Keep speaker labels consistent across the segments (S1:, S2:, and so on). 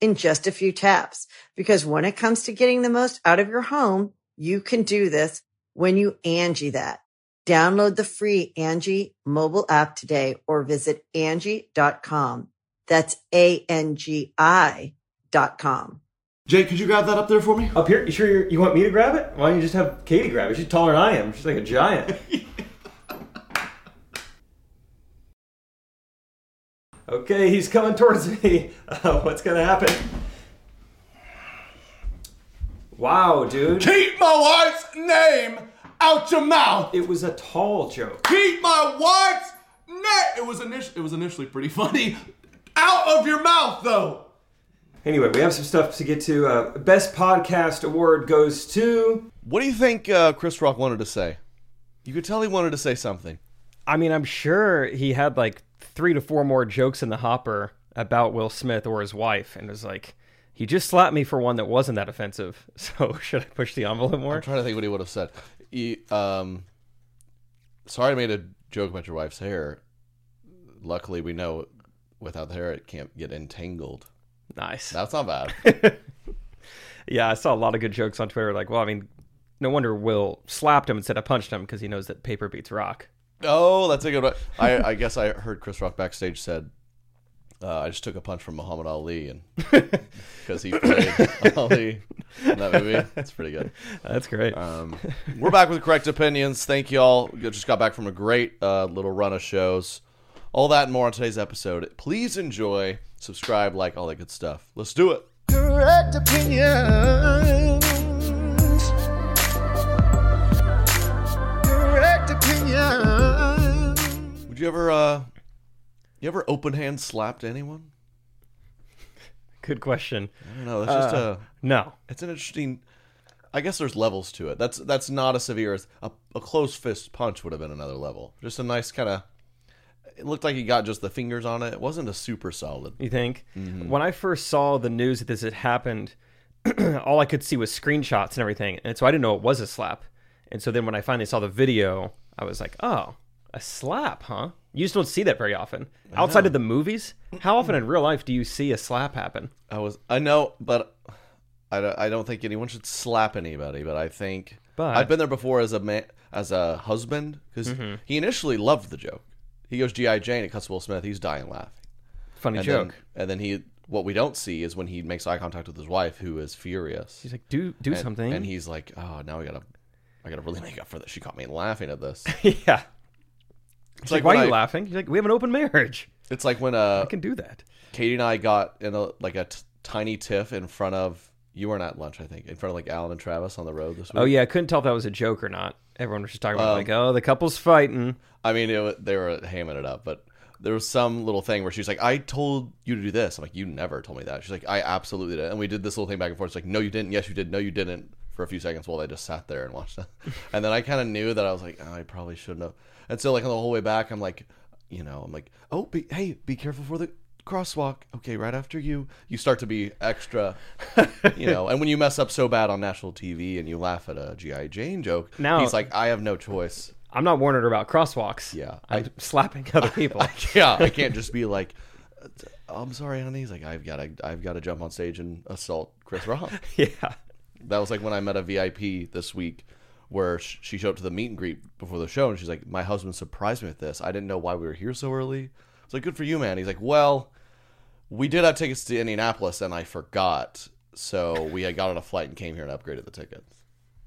S1: in just a few taps. Because when it comes to getting the most out of your home, you can do this when you Angie that. Download the free Angie mobile app today or visit Angie.com. That's A-N-G-I dot com.
S2: Jake, could you grab that up there for me?
S3: Up here, you sure you're, you want me to grab it? Why don't you just have Katie grab it? She's taller than I am. She's like a giant. okay, he's coming towards me. Uh, what's gonna happen? Wow, dude.
S2: Keep my wife's name out your mouth.
S3: It was a tall joke.
S2: Keep my wife's name. It was initially it was initially pretty funny. Out of your mouth though.
S3: Anyway, we have some stuff to get to. Uh, Best podcast award goes to.
S4: What do you think uh, Chris Rock wanted to say? You could tell he wanted to say something.
S5: I mean, I'm sure he had like three to four more jokes in the hopper about Will Smith or his wife, and was like, he just slapped me for one that wasn't that offensive. So should I push the envelope more?
S4: I'm trying to think what he would have said. He, um, sorry, I made a joke about your wife's hair. Luckily, we know without the hair, it can't get entangled.
S5: Nice.
S4: That's not bad.
S5: Yeah, I saw a lot of good jokes on Twitter. Like, well, I mean, no wonder Will slapped him instead of punched him because he knows that paper beats rock.
S4: Oh, that's a good one. I, I guess I heard Chris Rock backstage said, uh, "I just took a punch from Muhammad Ali," and because he played Ali in that movie, it's pretty good.
S5: That's great.
S4: Um, we're back with correct opinions. Thank you all. You Just got back from a great uh, little run of shows. All that and more on today's episode. Please enjoy, subscribe, like all that good stuff. Let's do it. Correct opinions. Correct opinions. Would you ever, uh, you ever open hand slapped anyone?
S5: good question.
S4: I don't know. That's just
S5: Uh,
S4: a.
S5: No,
S4: It's an interesting. I guess there's levels to it. That's that's not as severe as a, a close fist punch would have been another level. Just a nice kind of. It looked like he got just the fingers on it. It wasn't a super solid.
S5: You think?
S4: Mm-hmm.
S5: When I first saw the news that this had happened, all I could see was screenshots and everything. And so I didn't know it was a slap. And so then when I finally saw the video, I was like, oh, a slap, huh? You just don't see that very often. Outside of the movies, how often in real life do you see a slap happen?
S4: I was I know, but I don't, I don't think anyone should slap anybody. But I think
S5: But-
S4: I've been there before as a man, as a husband because he initially loved the joke. He goes GI Jane, it cuts Will Smith. He's dying laughing.
S5: Funny
S4: And
S5: joke.
S4: Then, and then he what we don't see is when he makes eye contact with his wife, who is furious.
S5: He's like, do do
S4: and,
S5: something.
S4: And he's like, "Oh, now I gotta, I gotta really make up for this." She caught me laughing at this.
S5: yeah.
S4: It's
S5: It's like, why
S4: when
S5: are you
S4: I-
S5: laughing? He's like, we have an open marriage.
S4: It's like when uh,
S5: I can do that.
S4: Katie and I got in a like a t- tiny tiff in front of you weren't at lunch, I think, in front of like Alan and Travis on the road this week.
S5: Oh, yeah. I couldn't tell if that was a joke or not. Everyone was just talking about, like, oh, the couple's fighting.
S4: I mean, it, wa- they were hamming it up, but there was some little thing where she's like, "I told you to do this." I'm like, "You never told me that." She's like, "I absolutely did," and we did this little thing back and forth. It's like, "No, you didn't." Yes, you did. No, you didn't. For a few seconds while they just sat there and watched that, and then I kind of knew that I was like, oh, "I probably shouldn't have." And so, like on the whole way back, I'm like, you know, I'm like, "Oh, be, hey, be careful for the." crosswalk okay right after you you start to be extra you know and when you mess up so bad on national tv and you laugh at a gi jane joke
S5: Now-
S4: he's like i have no choice
S5: I'm not warning her about crosswalks.
S4: Yeah,
S5: I'm
S4: I-
S5: slapping other people.
S4: yeah, I can't just be like, "Oh, I'm sorry, honey. He's like, I've got to, I've got to jump on stage and assault Chris Rock.
S5: yeah.
S4: that was like when I met a VIP this week, where sh- she showed up to the meet and greet before the show, and she's like, my husband surprised me with this. I didn't know why we were here so early. It's like, good for you, man. He's like, well, we did have tickets to Indianapolis, and I forgot, so we had got on a flight and came here and upgraded the tickets.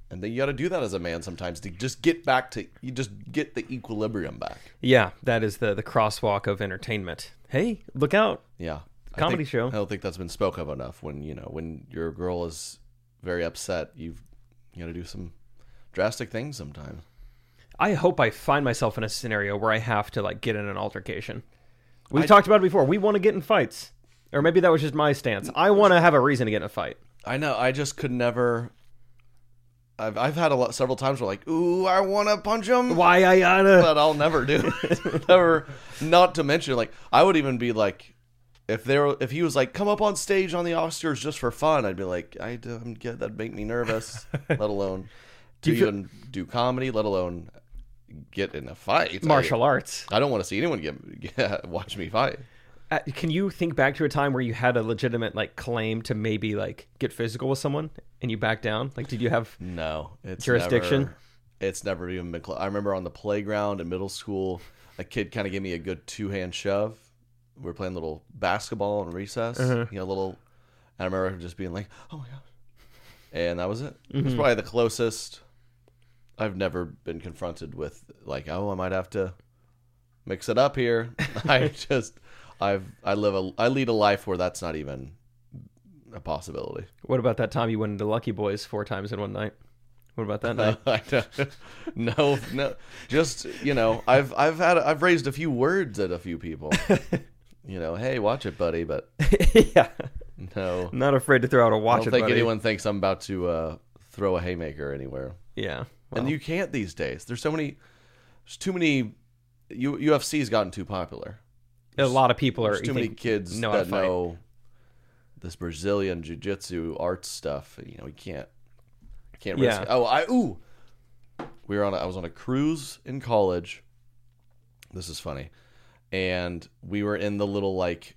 S4: And then you got to do that as a man sometimes to just get back to you just get the equilibrium back.
S5: Yeah, that is the the crosswalk of entertainment. Hey, look out!
S4: Yeah. I
S5: Comedy
S4: think-
S5: show.
S4: I don't think that's been spoke of enough when, you know, when your girl is very upset, you've you got to do some drastic things sometimes.
S5: I hope I find myself in a scenario where I have to like get in an altercation. We've talked about it before. We want to get in fights, or maybe that was just my stance. I want to have a reason to get in a fight.
S4: I know. I just could never. I've I've had a lot several times where like, ooh, I want to punch him,
S5: Why I gotta?
S4: but I'll never do it. never. Not to mention, like, I would even be like, if there if he was like, come up on stage on the Oscars just for fun, I'd be like, I don't get that make me nervous. let alone to
S5: you feel-
S4: even do comedy. Let alone get in a fight.
S5: Martial
S4: I,
S5: arts.
S4: I don't want to see anyone get watch me fight.
S5: Uh, Can you think back to a time where you had a legitimate like claim to maybe like get physical with someone and you back down? Like, did you have?
S4: No, it's
S5: Jurisdiction?
S4: never- it's never even been close. I remember on the playground in middle school, a kid kind of gave me a good two hand shove. We were playing little basketball in recess, you know, little. And I remember just being like, "Oh my gosh," and that was it. It's probably the closest I've never been confronted with. Like, oh, I might have to mix it up here. I just, I've, I live a, I lead a life where that's not even a possibility.
S5: What about that time you went into Lucky Boys four times in one night? What about that night?
S4: I don't- no, no, just you know, I've I've had I've raised a few words at a few people. You know, hey, watch it, buddy. But
S5: yeah,
S4: no,
S5: not afraid to throw out a
S4: I
S5: watch.
S4: don't
S5: it,
S4: think
S5: buddy.
S4: anyone thinks I'm about to uh, throw a haymaker anywhere.
S5: Yeah,
S4: And you can't these days. There's so many. There's too many. U, UFC's gotten too popular.
S5: a lot of people are.
S4: There's
S5: you
S4: too many
S5: think,
S4: kids
S5: know how to
S4: that
S5: fight.
S4: know this Brazilian jiu-jitsu arts stuff. You know, you can't can't risk.
S5: Yeah.
S4: It. Oh, I ooh. We were on. A, I was on a cruise in college. This is funny, and we were in the little like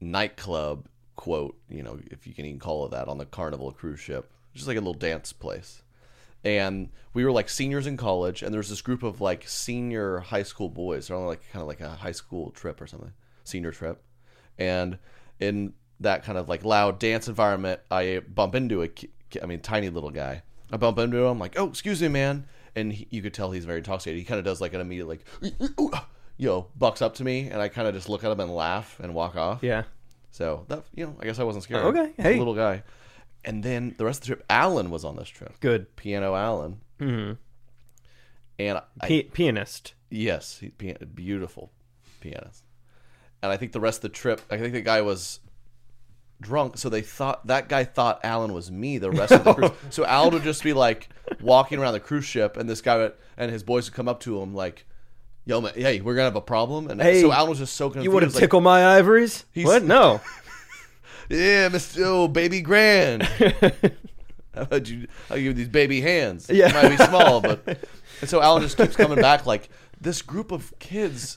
S4: nightclub quote. You know, if you can even call it that, on the Carnival cruise ship, just like a little dance place. And we were like seniors in college, and there's this group of like senior high school boys. They're on like kind of like a high school trip or something, senior trip and in that kind of like loud dance environment i bump into a ki- ki- i mean tiny little guy i bump into him like oh excuse me man and he, you could tell he's very intoxicated he kind of does like an immediate like you know bucks up to me and i kind of just look at him and laugh and walk off
S5: Yeah,
S4: so that you know i guess i wasn't scared
S5: Okay,
S4: He's a
S5: hey.
S4: little guy and then the rest of the trip alan was on this trip
S5: good.
S4: piano alan mm-hmm. and I,
S5: P- pianist.
S4: Yes, he, pian- beautiful pianist. And I think the rest of the trip, I think the guy was drunk, so they thought that guy thought Alan was me. The rest of the cruise, so Alan would just be like walking around the cruise ship, and this guy would, and his boys would come up to him like, "Yo, man, hey, we're gonna have a problem." And
S5: Hey,
S4: so Alan was just so confused.
S5: You want to
S4: like,
S5: tickle my ivories?
S4: He's-
S5: What? No.
S4: Yeah, Mister oh, Baby Grand. How about you? I'll give you these baby hands.
S5: Yeah.
S4: It might be small, but and so Alan just keeps coming back like this group of kids.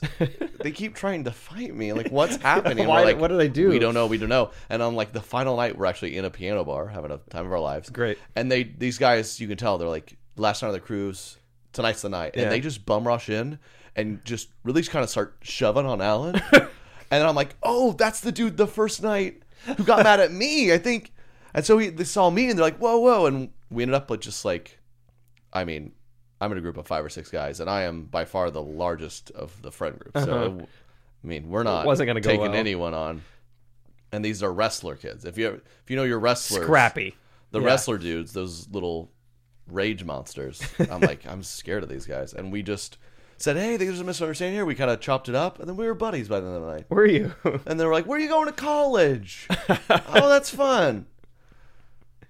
S4: They keep trying to fight me. Like what's happening?
S5: Why-
S4: We're like,
S5: what do they do?
S4: We don't know. We don't know. And on like the final night, we're actually in a piano bar having a time of our lives.
S5: Great.
S4: And they these guys, you can tell they're like last night on the cruise. Tonight's the night, and
S5: Yeah.
S4: they just bum rush in and just really kind of start shoving on Alan. And then I'm like, oh, that's the dude the first night who got mad at me, I think. And so he, they saw me and they're like, whoa, whoa. And we ended up with just like, I mean, I'm in a group of five or six guys, and I am by far the largest of the friend group. So, I mean, we're not
S5: Uh-huh. wasn't gonna go
S4: taking
S5: well.
S4: anyone on. And these are wrestler kids. If you ever, if you know your wrestlers,
S5: Scrappy.
S4: the
S5: Yeah.
S4: wrestler dudes, those little rage monsters. I'm like, I'm scared of these guys. And we just said, hey, there's a misunderstanding here. We kind of chopped it up, and then we were buddies by the end of the night.
S5: Where are you?
S4: And they were like, "Where are you going to college?" oh, that's fun.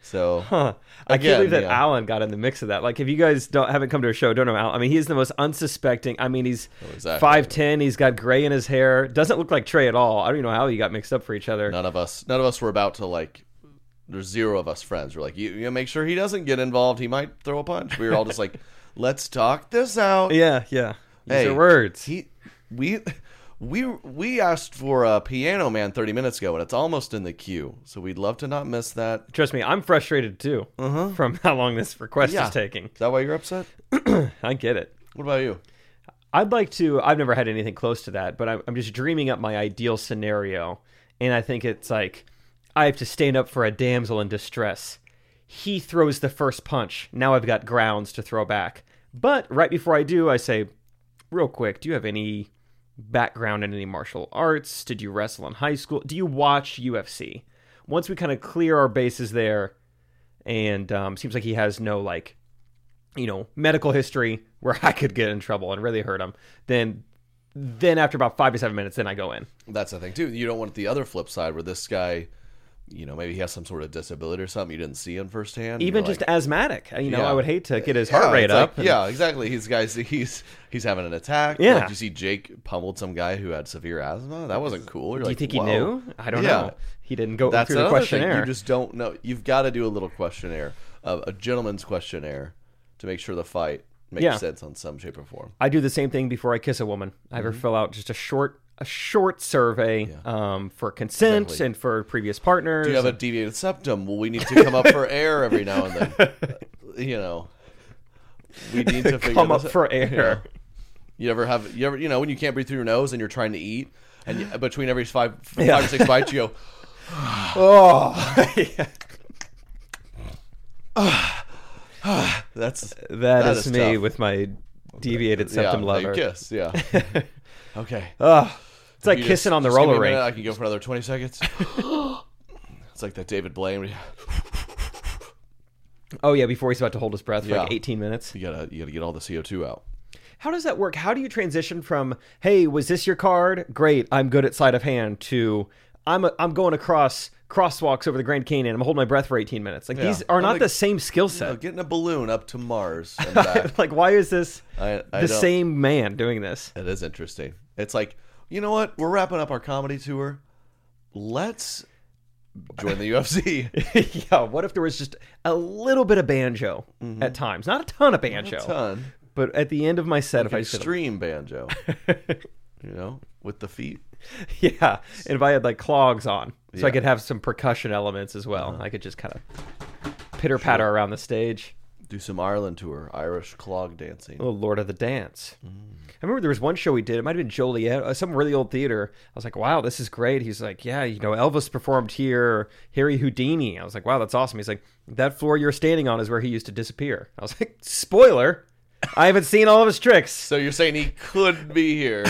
S4: So
S5: I
S4: Again,
S5: can't believe that
S4: yeah.
S5: Alan got in the mix of that. Like, if you guys don't haven't come to a show, don't know Alan. I mean, he's the most unsuspecting. I mean, he's
S4: Oh, exactly.
S5: five ten. He's got gray in his hair. Doesn't look like Trey at all. I don't even know how you got mixed up for each other.
S4: none of us, none of us were about to like. There's zero of us friends. We're like, you, you make sure he doesn't get involved. He might throw a punch. We were all just like, let's talk this out.
S5: Yeah, yeah. These
S4: Hey,
S5: are words.
S4: He, we, we, we asked for a piano man 30 minutes ago, and it's almost in the queue. So we'd love to not miss that.
S5: Trust me, I'm frustrated too from how long this request
S4: Yeah.
S5: is taking.
S4: Is that why you're upset?
S5: I get it.
S4: What about you?
S5: I'd like to. I've never had anything close to that, but I'm, I'm just dreaming up my ideal scenario, and I think it's like I have to stand up for a damsel in distress. He throws the first punch. Now I've got grounds to throw back. But right before I do, I say, real quick, do you have any background in any martial arts? Did you wrestle in high school? Do you watch UFC? Once we kind of clear our bases there, and um, seems like he has no like, you know, medical history where I could get in trouble and really hurt him. Then, then after about five to seven minutes, then I go in.
S4: That's the thing too. You don't want the other flip side where this guy, you know, maybe he has some sort of disability or something you didn't see him firsthand. and
S5: Even
S4: you're
S5: just
S4: like,
S5: asthmatic, you know,
S4: Yeah.
S5: I would hate to get his
S4: yeah,
S5: heart rate
S4: it's like-
S5: up. and-
S4: yeah, exactly. He's guys. He's he's having an attack.
S5: Yeah.
S4: Like, you see Jake pummeled some guy who had severe asthma. That wasn't cool. You're
S5: Do you
S4: like,
S5: think he
S4: "Whoa."
S5: knew? I don't
S4: Yeah.
S5: know. He didn't go
S4: That's
S5: through the
S4: another
S5: questionnaire.
S4: thing. You just don't know. You've got to do a little questionnaire, uh, a gentleman's questionnaire, to make sure the fight makes
S5: Yeah.
S4: sense on some shape or form.
S5: I do the same thing before I kiss a woman. I have her
S4: Mm-hmm.
S5: fill out just a short a short survey um, for consent
S4: Exactly.
S5: and for previous partners.
S4: Do you have a deviated septum? Well, we need to come up for air every now and then. Uh, you know, we need to figure
S5: come
S4: this
S5: up
S4: out.
S5: for air?
S4: You ever have you ever you know when you can't breathe through your nose and you're trying to eat and you, between every five five or six bites you go, oh, that's
S5: that
S4: That
S5: is,
S4: is
S5: me
S4: tough.
S5: with my deviated septum
S4: yeah,
S5: lover.
S4: they kiss yeah. okay,
S5: It's like
S4: You
S5: kissing
S4: just-
S5: on the
S4: just give me
S5: roller
S4: a minute,
S5: rink.
S4: I can go for another twenty seconds. it's like that David Blaine. where you-
S5: Oh yeah, before he's about to hold his breath for like
S4: Yeah.
S5: 18 minutes.
S4: You gotta you gotta get all the CO two out.
S5: How does that work? How do you transition from "Hey, was this your card? Great, I'm good at sleight of hand." to "I'm a, I'm going across crosswalks over the Grand Canyon. I'm holding my breath for 18 minutes." Like these are
S4: I'm
S5: not
S4: like-
S5: the same skill
S4: Oh,
S5: set.
S4: getting a balloon up to Mars and back.
S5: like why is this
S4: I- I
S5: the
S4: don't-
S5: same man doing this
S4: It is interesting. It's like, you know what? We're wrapping up our comedy tour. Let's join the UFC.
S5: yeah what if there was just a little bit of banjo at times not a ton of banjo
S4: Mm-hmm. Ton.
S5: but at the end of my set if i just
S4: Extreme banjo. you know, with the feet.
S5: yeah and if i had like clogs on so i could have some percussion elements as well i could just kind of pitter patter around the stage
S4: Do some Ireland tour, Irish clog dancing.
S5: Oh, Lord of the Dance. I remember there was one show we did. It might have been Joliet, uh, some really old theater. I was like, wow, this is great. He's like, yeah, you know, Elvis performed here, Harry Houdini. I was like, wow, that's awesome. He's like, that floor you're standing on is where he used to disappear. I was like, spoiler, I haven't seen all of his tricks.
S4: So you're saying he could be here.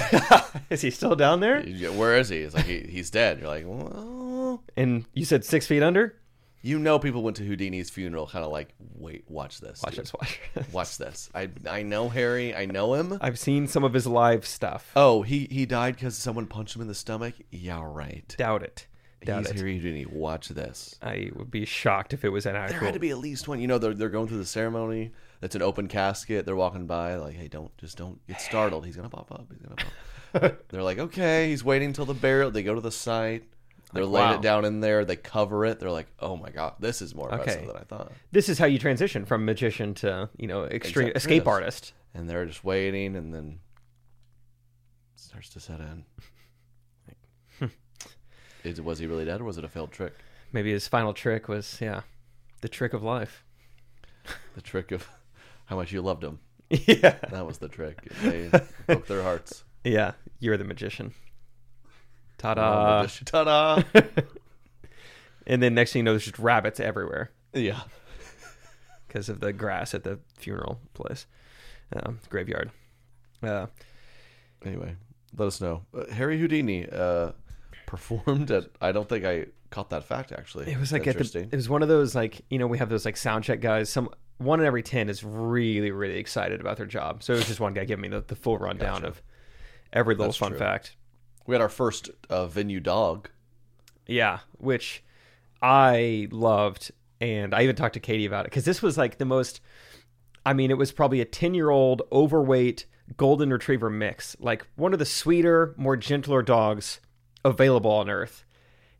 S5: Is he still down there?
S4: You go, Where is he? It's like he, he's dead. You're like, well,
S5: And you said six feet under?
S4: you know, people went to Houdini's funeral, kind of like, wait, watch this,
S5: Watch
S4: dude.
S5: this, watch.
S4: watch this. I I know Harry. I know him.
S5: I've seen some of his live stuff.
S4: Oh, he he died because someone punched him in the stomach. Yeah, right.
S5: Doubt it. Doubt
S4: He's
S5: it.
S4: Harry Houdini. Watch this.
S5: I would be shocked if it was an
S4: There
S5: actual.
S4: had to be at least one. You know, they're, they're going through the ceremony. That's an open casket. They're walking by, like, hey, don't just don't get startled. He's gonna pop up. He's gonna pop. up. they're like, okay, he's waiting till the burial. They go to the site. They're laying
S5: wow.
S4: it down in there. They cover it. They're like, oh my god, this is more impressive
S5: Okay.
S4: than I thought.
S5: This is how you transition from magician to, you know, extreme
S4: Exactly.
S5: escape artist.
S4: And they're just waiting, and then it starts to set in. Is, was he really dead, or was it a failed trick?
S5: Maybe his final trick was, yeah, the trick of life.
S4: The trick of how much you loved him.
S5: yeah.
S4: That was the trick. They broke their hearts.
S5: Yeah. You're the magician. Ta
S4: Uh,
S5: da.
S4: Ta-da!
S5: And then next thing you know, there's just rabbits everywhere
S4: yeah.
S5: because of the grass at the funeral place, um, graveyard. Uh,
S4: Anyway, let us know. Uh, Harry Houdini uh, performed at. I don't think I caught that fact actually.
S5: it was like at the,
S4: interesting.
S5: it was one of those like you know we have those like sound check guys. Some one in every ten is really really excited about their job. So it was just one guy giving me the, the full rundown of every little fun
S4: true.
S5: fact.
S4: we had our first uh, venue dog.
S5: Yeah, which I loved, and I even talked to Katie about it because this was like the most. I mean, it was probably a ten-year-old overweight golden retriever mix, like one of the sweeter, more gentler dogs available on Earth,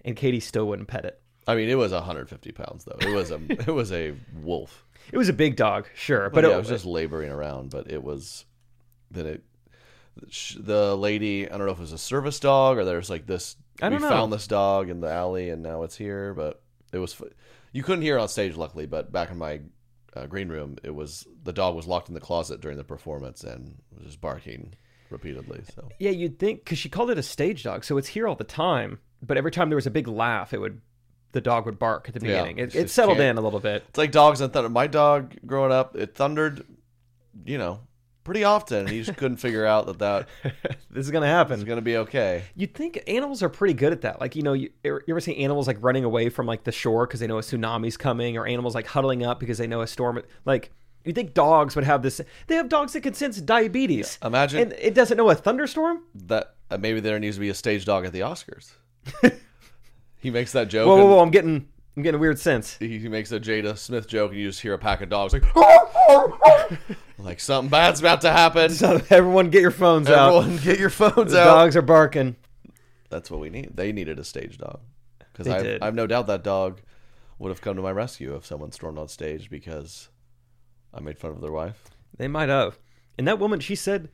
S5: and Katie still wouldn't pet it.
S4: I mean, it was 150 pounds though. It was a it was a wolf.
S5: It was a big dog, sure,
S4: But
S5: but
S4: yeah, it was just laboring around. But it was then it sh- the lady. I don't know if it was a service dog or there's like this.
S5: I don't
S4: we
S5: know.
S4: found this dog in the alley and now it's here. But it was f- you couldn't hear it on stage, luckily. But back in my uh, green room, it was the dog was locked in the closet during the performance and was just barking repeatedly. So
S5: yeah, you'd think because she called it a stage dog, so it's here all the time. But every time there was a big laugh, it would the dog would bark at the
S4: Yeah,
S5: beginning. it,
S4: it's
S5: it
S4: just
S5: settled
S4: can't-
S5: in a little bit.
S4: It's like dogs and thunder. My dog growing up, it thundered, you know, pretty often. He just couldn't figure out that that
S5: This is gonna
S4: was
S5: happen.
S4: going to be okay.
S5: You'd think animals are pretty good at that. Like, you know, you, you ever see animals like running away from like the shore because they know a tsunami's coming, or animals like huddling up because they know a storm. Like, you'd think dogs would have this. They have dogs that can sense diabetes.
S4: Imagine-
S5: And it doesn't know a thunderstorm?
S4: That uh, maybe there needs to be a stage dog at the Oscars. he makes that joke.
S5: Whoa, whoa,
S4: and-
S5: whoa. I'm getting, I'm getting a weird sense.
S4: He he makes a Jada Smith joke, and you just hear a pack of dogs like, like something bad's about to happen.
S5: So, everyone get your phones out.
S4: Everyone, get your phones
S5: The
S4: out.
S5: dogs are barking.
S4: That's what we need. They needed a stage dog because
S5: They
S4: I,
S5: did.
S4: I've no doubt that dog would have come to my rescue if someone stormed on stage because I made fun of their wife.
S5: They might have. And that woman, she said,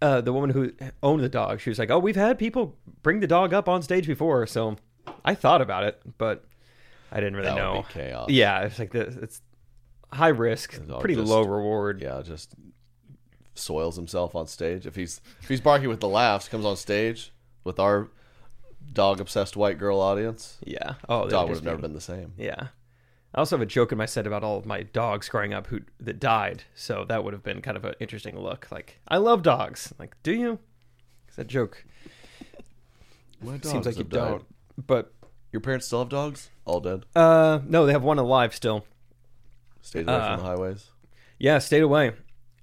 S5: uh, the woman who owned the dog, she was like, "Oh, we've had people bring the dog up on stage before." So I thought about it, but I didn't really
S4: That would
S5: know.
S4: be chaos.
S5: Yeah, it's like this, it's high risk,
S4: all
S5: pretty
S4: just-
S5: low reward.
S4: Yeah, just soils himself on stage. If he's if he's barking with the laughs, comes on stage with our dog obsessed white girl audience,
S5: Yeah. Oh, they
S4: dog would
S5: just
S4: have never
S5: be-
S4: been the same.
S5: Yeah. I also have a joke in my set about all of my dogs growing up who that died. So that would have been kind of an interesting look. Like, I love dogs. Like, do you? 'Cause that joke
S4: My dogs
S5: seems like you
S4: have died.
S5: don't. But
S4: Your parents still have dogs? All dead.
S5: uh, no, they have one alive still.
S4: Stayed away from the highways.
S5: Yeah, stayed away.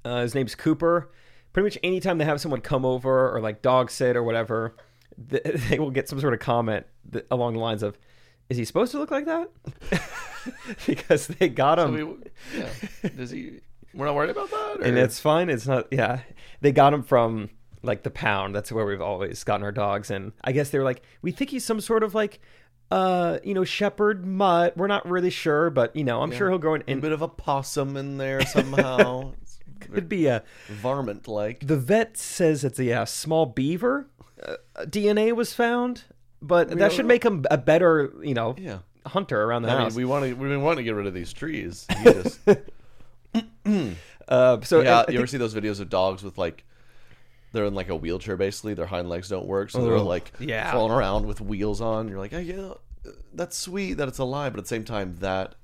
S5: Uh, his name's Cooper. Pretty much anytime they have someone come over or like dog sit or whatever, th- they will get some sort of comment that, along the lines of, "Is he supposed to look like that?" because they got him,
S4: yeah. Does he? We're not worried about that.
S5: and it's fine. It's not. Yeah, they got him from like the pound. That's where we've always gotten our dogs. And I guess they were like, "We think he's some sort of like." Uh, you know, shepherd mutt. We're not really sure, but you know, I'm sure he'll grow in.
S4: a
S5: And
S4: bit of a possum in there somehow.
S5: could be a
S4: Varmint like.
S5: The vet says it's a yeah, small beaver uh, DNA was found, but that should make him a better, you know,
S4: Yeah.
S5: hunter around the
S4: I mean,
S5: house.
S4: we want to. We've been wanting to get rid of these trees. You just,
S5: uh, so
S4: yeah.
S5: and I
S4: You ever
S5: think-
S4: see those videos of dogs with like, they're in like a wheelchair basically. Their hind legs don't work, so they're like
S5: Oh, yeah.
S4: crawling around with wheels on. You're like, oh, yeah, uh, that's sweet that it's alive, but at the same time, that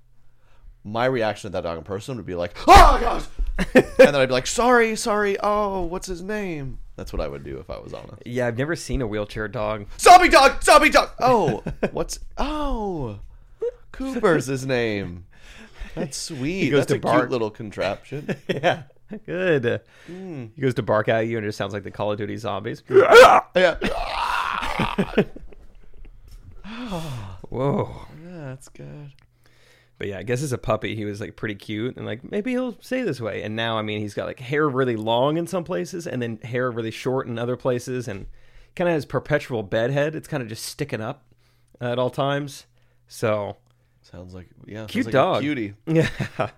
S4: my reaction to that dog in person would be like, oh gosh, and then I'd be like, sorry, sorry. Oh, what's his name? That's what I would do if I was honest.
S5: yeah, I've never seen a wheelchair dog.
S4: Zombie dog, zombie dog. Oh, what's oh? Cooper's his name. That's sweet.
S5: goes
S4: That's
S5: to
S4: a
S5: bark.
S4: cute little contraption.
S5: yeah, good.
S4: Hmm.
S5: He goes to bark at you, and it sounds like the Call of Duty zombies.
S4: yeah.
S5: Whoa.
S4: that's good.
S5: But yeah, I guess as a puppy, he was like pretty cute and like maybe he'll stay this way. And now, I mean, he's got like hair really long in some places and then hair really short in other places and kind of has perpetual bedhead. It's kind of just sticking up at all times. So,
S4: Sounds like yeah, sounds
S5: Cute
S4: like a
S5: dog.
S4: cutie.
S5: yeah.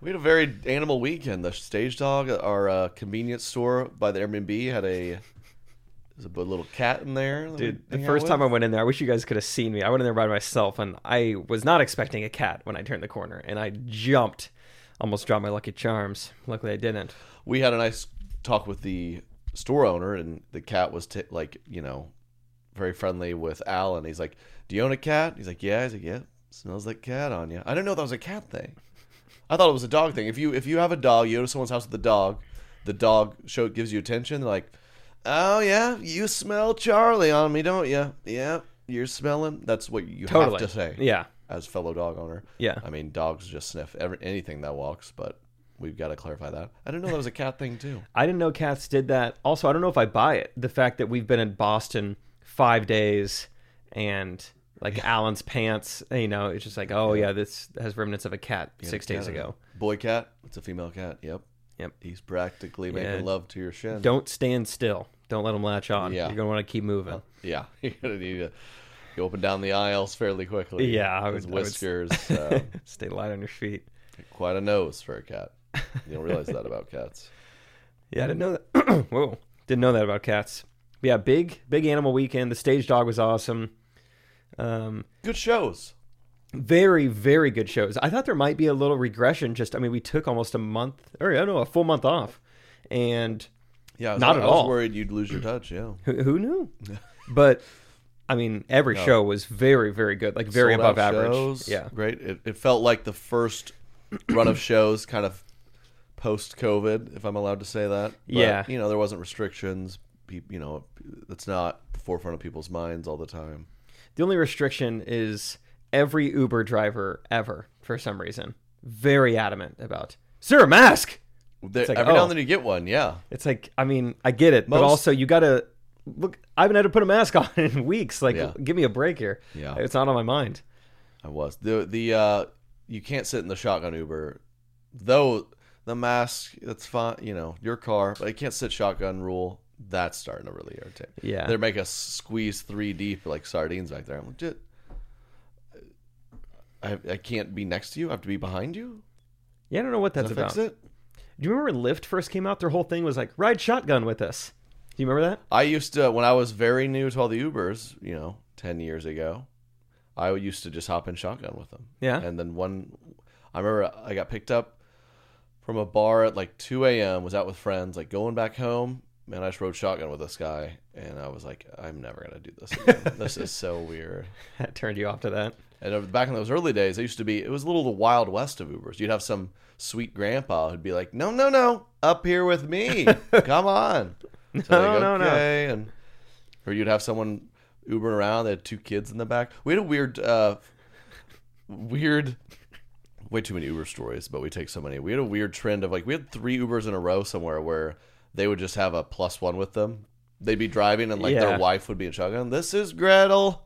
S4: We had a very animal weekend. The stage dog, our uh, convenience store by the Airbnb, had a there's a little cat in there. that
S5: Dude,
S4: we
S5: the
S4: hang out
S5: first
S4: with.
S5: time I went in there, I wish you guys could have seen me. I went in there by myself and I was not expecting a cat when I turned the corner and I jumped, almost dropped my lucky charms. Luckily, I didn't.
S4: we had a nice talk with the store owner and the cat was t- like you know very friendly with al and he's like do you own a cat he's like yeah he's like yeah smells like cat on you i didn't know that was a cat thing i thought it was a dog thing if you if you have a dog you go to someone's house with a dog the dog show gives you attention they're like oh yeah you smell charlie on me don't you yeah you're smelling that's what you
S5: Totally.
S4: have to say
S5: Yeah.
S4: as fellow dog owner.
S5: Yeah.
S4: I mean, dogs just sniff every, anything that walks, but we've got to clarify that. I didn't know that was a cat thing too.
S5: I didn't know cats did that. Also, I don't know if I buy it. The fact that we've been in Boston five days and like Alan's pants, you know, it's just like, oh yeah, this has remnants of a cat six
S4: Cat
S5: days
S4: or-
S5: ago.
S4: Boy cat. It's a female cat. Yep.
S5: Yep.
S4: He's practically making
S5: Yeah.
S4: love to your shin.
S5: Don't stand still. Don't let them latch on.
S4: Yeah.
S5: You're gonna want to keep moving.
S4: Yeah. You're gonna need to go up and down the aisles fairly quickly.
S5: Yeah, I
S4: His
S5: would- I would-
S4: whiskers. uh,
S5: Stay light on your feet.
S4: quite a nose for a cat. You don't realize that about cats.
S5: Yeah, I didn't know that. Whoa, didn't know that about cats. But yeah, big big animal weekend. The stage dog was awesome. Um,
S4: Good shows.
S5: very very good shows i thought there might be a little regression just i mean we took almost a month or i don't know a full month off and
S4: Yeah. I was,
S5: Not
S4: I
S5: at
S4: was
S5: all.
S4: worried you'd lose your touch. Yeah.
S5: who, who knew but I mean, every show was very, very good, like very
S4: sold
S5: above
S4: out
S5: average.
S4: shows,
S5: Yeah,
S4: right. It, it felt like the first run of shows, kind of post COVID, if I'm allowed to say that. But,
S5: Yeah.
S4: you know there wasn't restrictions. Pe- You know, that's not forefront of people's minds all the time.
S5: The only restriction is every Uber driver ever, for some reason, very adamant about is there a mask?
S4: There,
S5: like,
S4: every now
S5: oh.
S4: and then you get one, yeah.
S5: It's like I mean, I get it, but
S4: Most-
S5: also you gotta look. I haven't had to put a mask on in weeks. Like,
S4: Yeah.
S5: give me a break here.
S4: Yeah.
S5: it's not on my mind.
S4: I was the the uh, you can't sit in the shotgun Uber, though the mask that's fine. You know your car, but you can't sit shotgun rule. That's starting to really irritate. me.
S5: Yeah.
S4: they're making us squeeze three deep like sardines back there. I'm like, "Ju- I I can't be next to you. I have to be behind you.
S5: Yeah, I don't know what that's
S4: Does that
S5: about.
S4: fix it?
S5: Do you remember when Lyft first came out? Their whole thing was like ride shotgun with us. Do you remember that?
S4: I used to when I was very new to all the Ubers, you know, ten years ago, I used to just hop in shotgun with them.
S5: Yeah.
S4: And then one, I remember I got picked up from a bar at like two a.m. Was out with friends, like going back home, and I just rode shotgun with this guy, and I was like, I'm never gonna do this. Again. this is so weird.
S5: That turned you off to that.
S4: And over- back in those early days, it used to be it was a little the wild west of Ubers. You'd have some sweet grandpa who'd be like, "No, no, no, up here with me, come on." So they'd
S5: No, no, no.
S4: "Okay," and or you'd have someone Ubering around. They had two kids in the back. We had a weird, uh, weird, way too many Uber stories, but we take so many. We had a weird trend of like we had three Ubers in a row somewhere where they would just have a plus one with them. They'd be driving and like
S5: Yeah.
S4: their wife would be in shotgun. This is Gretel.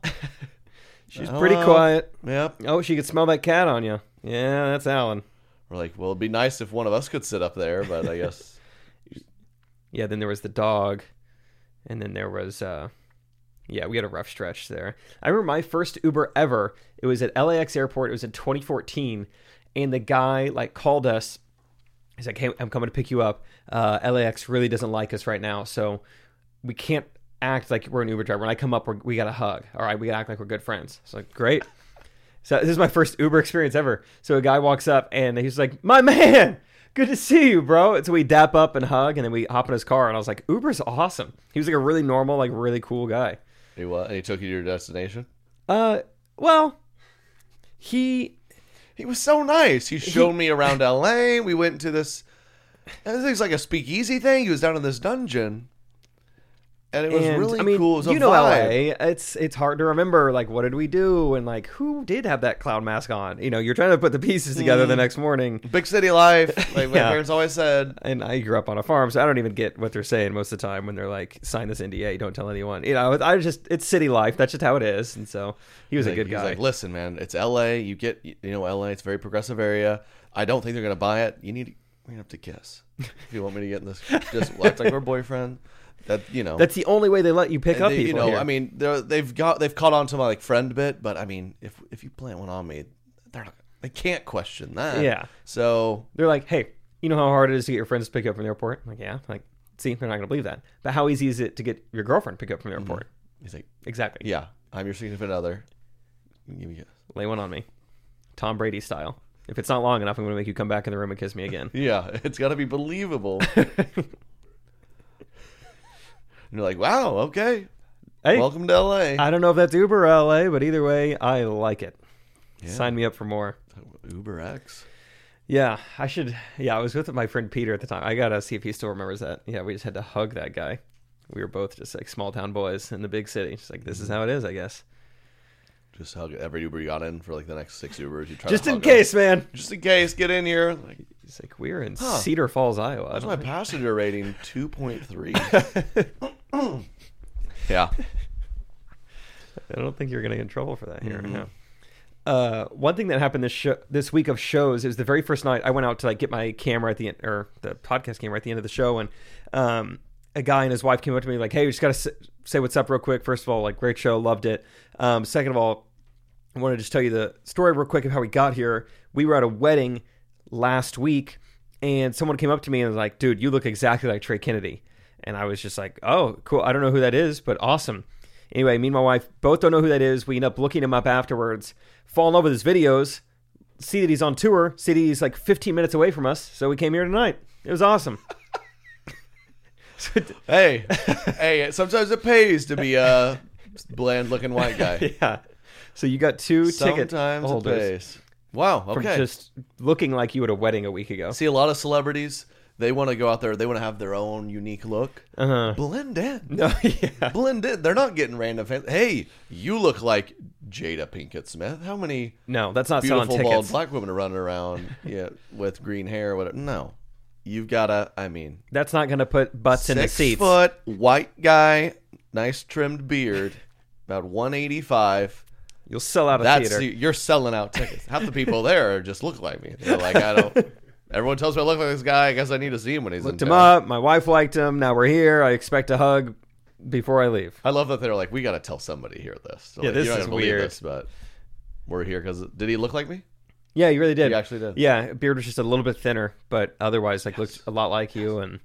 S5: She's pretty
S4: Hello.
S5: quiet.
S4: Yep.
S5: Oh, she could smell that cat on you. Yeah, that's Alan.
S4: We're like, well, it'd be nice if one of us could sit up there, but I guess
S5: yeah then there was the dog and then there was uh yeah we had a rough stretch there i remember my first uber ever it was at lax airport it was in 2014 and the guy like called us he's like hey i'm coming to pick you up uh lax really doesn't like us right now so we can't act like we're an uber driver when i come up we're, we got to hug all right we gotta act like we're good friends it's like great so this is my first Uber experience ever. So a guy walks up and he's like, "My man, good to see you, bro." And so we dap up and hug, and then we hop in his car. And I was like, "Uber's awesome." He was like a really normal, like really cool guy.
S4: he was. And he took you to your destination.
S5: Uh, well, he
S4: He was so nice. He showed me around LA. We went to this. This thing's like a speakeasy thing. He was down in this dungeon, and it was
S5: and,
S4: really
S5: I mean,
S4: cool. It was a
S5: you know
S4: vibe.
S5: LA. It's it's hard to remember like what did we do and like who did have that clown mask on. You know, you're trying to put the pieces together
S4: Mm.
S5: the next morning.
S4: Big city life, like my
S5: Yeah.
S4: parents always said.
S5: and I grew up on a farm, so I don't even get what they're saying most of the time when they're like, "Sign this NDA, don't tell anyone." You know, I just it's city life. That's just how it is. And so he was a
S4: Like,
S5: good
S4: he's
S5: guy.
S4: like, listen, man, it's LA. You get, you know, LA. It's a very progressive area. I don't think they're gonna buy it. You need, to, we have to kiss if you want me to get in this. Just act like we're boyfriend. That you know.
S5: That's the only way they let you pick up
S4: They-
S5: people.
S4: you know,
S5: here.
S4: I mean, they're- they've got they've caught on to my like friend bit, but I mean, if if you plant one on me, they're not, they can't question that.
S5: Yeah.
S4: So
S5: they're like, "Hey, you know how hard it is to get your friends to pick you up from the airport?" I'm like, yeah, like see, they're not gonna believe that. But how easy is it to get your girlfriend to pick you up from the airport?
S4: he's like,
S5: Exactly.
S4: Mm-hmm. yeah, I'm your significant other. Give me a kiss.
S5: lay one on me, Tom Brady style. If it's not long enough, I'm gonna make you come back in the room and kiss me again.
S4: Yeah, it's got to be believable. and you're like, wow, okay,
S5: Hey,
S4: welcome to LA.
S5: I don't know if that's Uber or LA, but either way, I like it. Sign me up for more.
S4: Uber X.
S5: Yeah, I should. Yeah, I was with my friend Peter at the time. I gotta see if he still remembers that. Yeah, we just had to hug that guy. We were both just like small town boys in the big city. Just like this is how it is, I guess.
S4: Just hug every Uber you got in for like the next six Ubers. You try
S5: Just
S4: to
S5: in
S4: hug 'em.
S5: case, man.
S4: Just in case, get in here. Like,
S5: He's like, we're in Cedar Falls, Iowa. I
S4: That's
S5: don't
S4: my
S5: think-
S4: passenger rating 2.3. yeah.
S5: I don't think you're going to get in trouble for that here. No. Uh, one thing that happened this show, this week of shows is the very first night I went out to like get my camera at the end or the podcast camera at the end of the show, and um, a guy and his wife came up to me like, "Hey, we just got to s- say what's up real quick. First of all, like great show, loved it. Um, second of all, I want to just tell you the story real quick of how we got here. We were at a wedding last week, and someone came up to me and was like, "Dude, you look exactly like Trey Kennedy." And I was just like, "Oh, cool. I don't know who that is, but awesome." Anyway, me and my wife both don't know who that is. We end up looking him up afterwards, fall in love with his videos, see that he's on tour, see that he's like 15 minutes away from us. So we came here tonight. It was awesome.
S4: Hey, hey, sometimes it pays to be uh bland looking white guy.
S5: yeah. So you got two ticket
S4: Sometimes a
S5: holders
S4: base. Wow.
S5: from
S4: Okay.
S5: just looking like you at a wedding a week ago.
S4: See a lot of celebrities. They want to go out there. They want to have their own unique look. Uh-huh. Blend in.
S5: no, yeah.
S4: Blend in. They're not getting random fans. Hey, you look like Jada Pinkett Smith. How many
S5: No, that's not selling
S4: beautiful bald
S5: tickets.
S4: black women are running around yeah, with green hair or whatever? No. You've got to, I mean,
S5: That's not going to put butts in the
S4: six
S5: seats.
S4: foot white guy, nice trimmed beard, about 185.
S5: You'll sell out a
S4: That's
S5: theater.
S4: you're selling out tickets. Half the people there just look like me. They're like, I don't. Everyone tells me I look like this guy. I guess I need to see him when he's
S5: Looked
S4: in
S5: him
S4: town.
S5: up. My wife liked him. Now we're here. I expect a hug before I leave.
S4: I love that they're like, we got to tell somebody here this. They're
S5: Yeah,
S4: like,
S5: this
S4: you're not
S5: is
S4: gonna believe
S5: weird.
S4: This, but we're here because did he look like me?
S5: Yeah, you really did.
S4: You actually did.
S5: Yeah, beard was just a little bit thinner, but otherwise, like looked a lot like you, and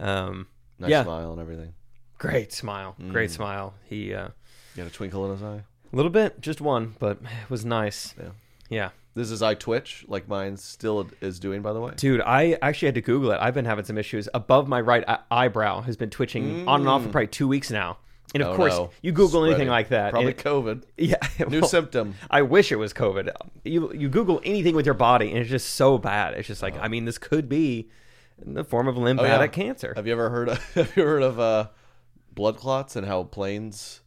S5: um,
S4: Nice
S5: yeah,
S4: smile and everything.
S5: great smile,
S4: Mm.
S5: great smile. He uh,
S4: You got a twinkle in his eye.
S5: a little bit, just one, but it was nice.
S4: Yeah.
S5: Yeah,
S4: This is eye twitch, like mine still is doing, by the way.
S5: dude, I actually had to Google it. I've been having some issues above my right eye- eyebrow has been twitching on and off for probably two weeks now, and of
S4: Mm. Oh,
S5: course,
S4: no.
S5: you Google anything
S4: Spreading.
S5: like that,
S4: Probably
S5: and it-
S4: COVID.
S5: yeah,
S4: New
S5: well,
S4: symptom.
S5: I wish it was COVID. You you Google anything with your body, and it's just so bad. It's just like
S4: Oh.
S5: I mean, this could be in the form of lymphatic cancer.
S4: Have you ever heard of have you heard of uh, blood clots and how planes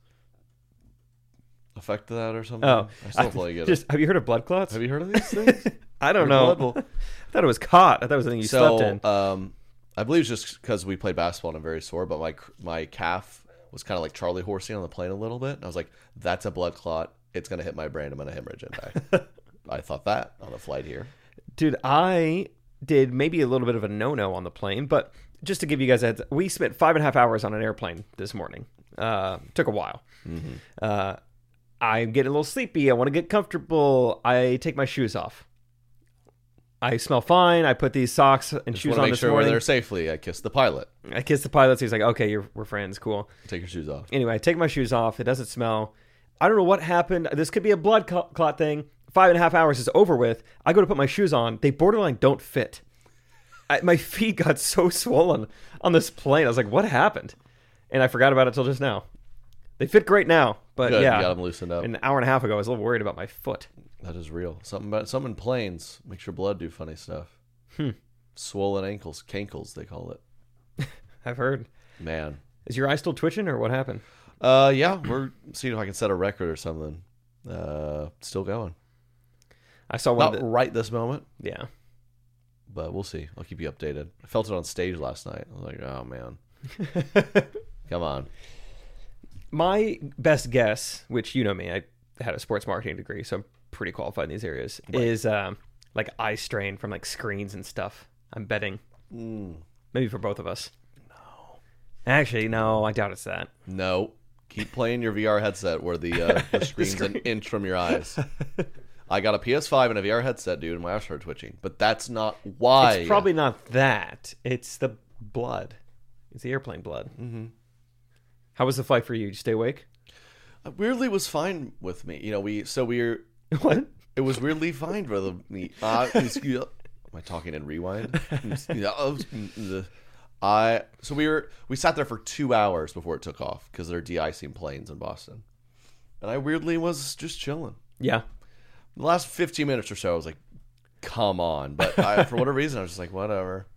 S4: affect that or something?
S5: Oh,
S4: I still don't fully get
S5: just
S4: it.
S5: have you heard of blood clots?
S4: Have you heard of these things?
S5: I
S4: Your
S5: don't know.
S4: blood will-
S5: I thought it was caught. I thought it was something you slept
S4: so,
S5: in.
S4: um, I believe it's just because we played basketball and I'm very sore, but my cr- my calf was kind of like Charlie horsing on the plane a little bit. And I was like, "That's a blood clot. It's gonna hit my brain. I'm gonna hemorrhage and die." I thought that on the flight here.
S5: Dude, I did maybe a little bit of a no no on the plane, but just to give you guys a heads we spent five and a half hours on an airplane this morning. Uh, took a while.
S4: Mm-hmm.
S5: Uh, I'm getting a little sleepy. I want to get comfortable. I take my shoes off. I smell fine. I put these socks and
S4: Just
S5: shoes
S4: want to
S5: on
S4: make
S5: this
S4: sure we're
S5: morning.
S4: there safely. I kissed the pilot.
S5: I kiss the pilot. So he's like, okay, you're, we're friends. Cool.
S4: Take your shoes off.
S5: anyway, I take my shoes off. It doesn't smell. I don't know what happened. This could be a blood cl- clot thing. Five and a half hours is over with. I go to put my shoes on. They borderline don't fit. I, my feet got so swollen on this plane. I was like, what happened? And I forgot about it till just now. They fit great now, but
S4: Good,
S5: yeah.
S4: you got them loosened up.
S5: An hour and a half ago, I was a little worried about my foot.
S4: That is real. Something about something in planes makes your blood do funny stuff. Hmm. Swollen ankles, cankles they call it.
S5: I've heard.
S4: Man.
S5: Is your eye still twitching or what happened?
S4: Uh yeah, we're seeing if I can set a record or something. Uh still going.
S5: I saw one.
S4: Not
S5: Of the,
S4: right this moment,
S5: yeah.
S4: but we'll see. I'll keep you updated. I felt it on stage last night. I was like, oh man. Come on.
S5: my best guess, which you know me, I had a sports marketing degree, so I'm pretty qualified in these areas, is um, like eye strain from like screens and stuff. I'm betting.
S4: Mm,
S5: Maybe for both of us. No. Actually, no, I doubt it's that.
S4: No. Keep playing your VR headset where the, uh, the screen's an inch from your eyes. I got a PS5 and a VR headset, dude, and my eyes started twitching. But that's not why.
S5: It's probably not that. It's the blood. It's the airplane blood. Mm-hmm. How was the flight for you? Did you stay awake?
S4: weirdly was fine with me. You know, we so we're
S5: What?
S4: It was weirdly fine for the me. Uh, am I talking in rewind? oh, I so we were we sat there for two hours before it took off because they're de-icing planes in Boston, and I weirdly was just chilling.
S5: Yeah.
S4: The last fifteen minutes or so, I was like, "Come on!" But I, for whatever reason, I was just like, "Whatever."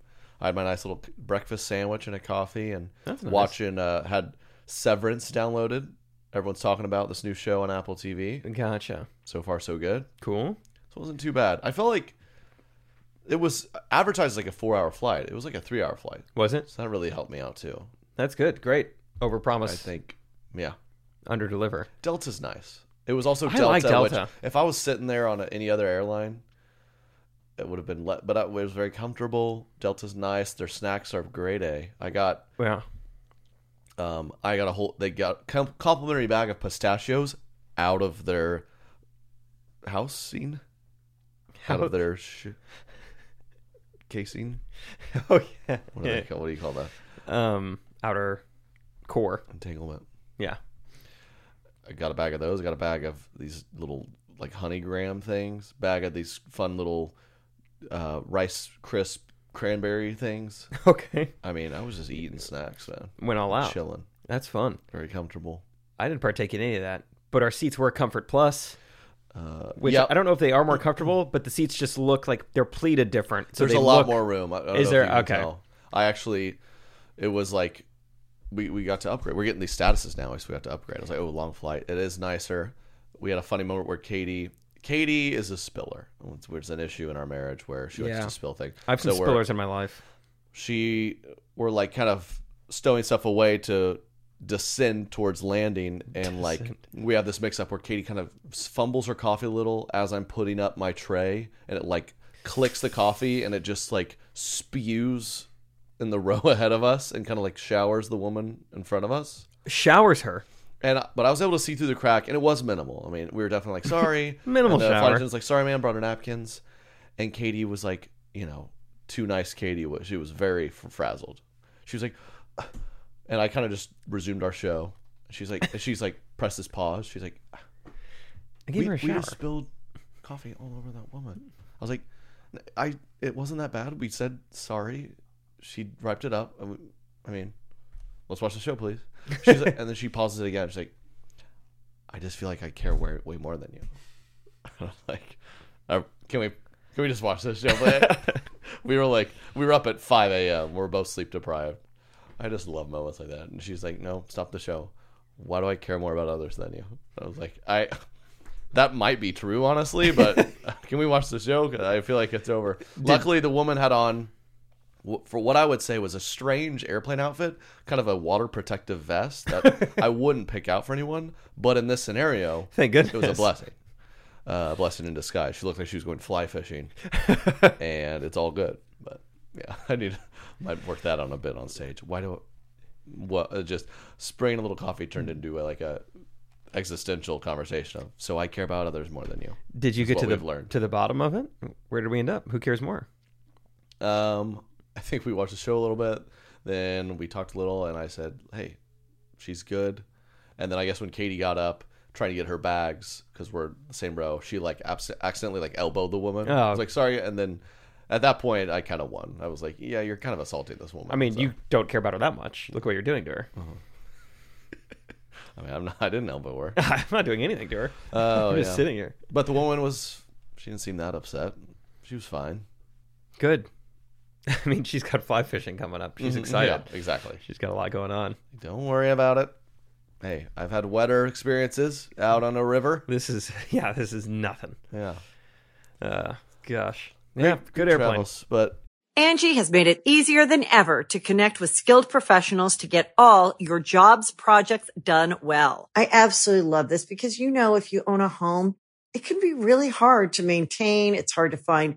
S4: I had my nice little breakfast sandwich and a coffee, and watching uh, had Severance downloaded. Everyone's talking about this new show on Apple TV.
S5: Gotcha.
S4: So far, so good.
S5: Cool.
S4: So it wasn't too bad. I felt like it was advertised as like a four hour flight. It was like a three hour flight.
S5: Was it?
S4: So that really helped me out too.
S5: That's good. Great. Over
S4: I
S5: promise,
S4: think, yeah.
S5: under deliver.
S4: Delta's nice. It was also
S5: I
S4: Delta.
S5: like Delta.
S4: Which, if I was sitting there on a, any other airline, it would have been let, but I, it was very comfortable. Delta's nice. Their snacks are grade A. I got,
S5: Yeah.
S4: um, I got a whole, they got com- complimentary bag of pistachios out of their house scene, out of their sh- casing.
S5: Oh yeah.
S4: What do, they call, what do you call that?
S5: um outer core.
S4: Entanglement.
S5: Yeah.
S4: I got a bag of those. I got a bag of these little like honey graham things. Bag of these fun little uh, rice crisp cranberry things.
S5: Okay.
S4: I mean, I was just eating snacks, man.
S5: Went all out.
S4: Chilling,
S5: That's fun.
S4: very comfortable.
S5: I didn't partake in any of that. But our seats were Comfort Plus, uh, which
S4: yep.
S5: I don't know if they are more comfortable, but the seats just look like they're pleated different. So
S4: There's
S5: they
S4: a lot
S5: look-
S4: more room. I- I don't
S5: Is
S4: know if
S5: there?
S4: you can
S5: Okay.
S4: tell. I actually, it was like, we, we got to upgrade. We're getting these statuses now, so we got to upgrade. I was like, oh, long flight. It is nicer. We had a funny moment where Katie, Katie is a spiller, which is an issue in our marriage where she likes
S5: Yeah.
S4: to spill things.
S5: I have some
S4: So we're-
S5: spillers in my life.
S4: She, we're like kind of stowing stuff away to descend towards landing and like we have this mix up where Katie kind of fumbles her coffee a little as I'm putting up my tray and it like clicks the coffee and it just like spews in the row ahead of us and kind of like showers the woman in front of us.
S5: Showers her.
S4: And uh, but I was able to see through the crack and it was minimal. I mean, we were definitely like sorry.
S5: Minimal
S4: and the
S5: shower.
S4: flight attendant's like sorry man, brought her napkins. And Katie was like, you know, too nice Katie was. She was very f- frazzled. She was like and I kind of just resumed our show. She's like, and she's like, pressed this pause. She's like,
S5: I gave
S4: we,
S5: her a
S4: we
S5: shower.
S4: just spilled coffee all over that woman. I was like, I it wasn't that bad. We said sorry. She wiped it up. I mean- I mean, let's watch the show, please. She's like, and then she pauses it again. She's like, I just feel like I care way, way more than you. I'm like, uh, can we can we just watch this show? please? we were like, we were up at five a.m. We are both sleep deprived. I just love moments like that. And she's like, no, stop the show. Why do I care more about others than you? I was like, I that might be true, honestly, but can we watch the show? 'Cause I feel like it's over. Luckily, the woman had on, wh- for what I would say was a strange airplane outfit, kind of a water protective vest that I wouldn't pick out for anyone. But in this scenario,
S5: Thank
S4: it was a
S5: goodness.
S4: blessing. Uh, a blessing in disguise. She looked like she was going fly fishing, and it's all good. But yeah, I need might work that on a bit on stage. Why do what uh, just spraying a little coffee
S5: Mm.
S4: turned into a, like a existential conversation of so I care about others more than you.
S5: Did you get
S4: what
S5: to the
S4: we've learned.
S5: to the bottom of it? Where did we end up? Who cares more?
S4: Um, I think we watched the show a little bit, then we talked a little, and I said, "Hey, she's good." And then I guess when Katie got up trying to get her bags because we're the same row, she like abs- accidentally like elbowed the woman. I
S5: Oh.
S4: was like, "Sorry," and then. At that point, I kind of won. I was like, "Yeah, you're kind of assaulting this woman."
S5: I mean,
S4: So,
S5: you don't care about her that much. Look what you're doing to her.
S4: Oh. I mean, I'm not, I didn't elbow her.
S5: I'm not doing anything to her.
S4: Oh,
S5: I'm just
S4: yeah.
S5: sitting here.
S4: But the woman was, she didn't seem that upset. She was fine.
S5: Good. I mean, she's got fly fishing coming up. She's excited.
S4: Mm-hmm. Yeah, exactly.
S5: She's got a lot going on.
S4: Don't worry about it. Hey, I've had wetter experiences out on a river.
S5: This is yeah. This is nothing.
S4: Yeah.
S5: Uh, gosh. Yeah. Good airplane.
S4: Travels, but
S1: Angie has made it easier than ever to connect with skilled professionals to get all your jobs projects done well. I absolutely love this because, you know, if you own a home, it can be really hard to maintain. It's hard to find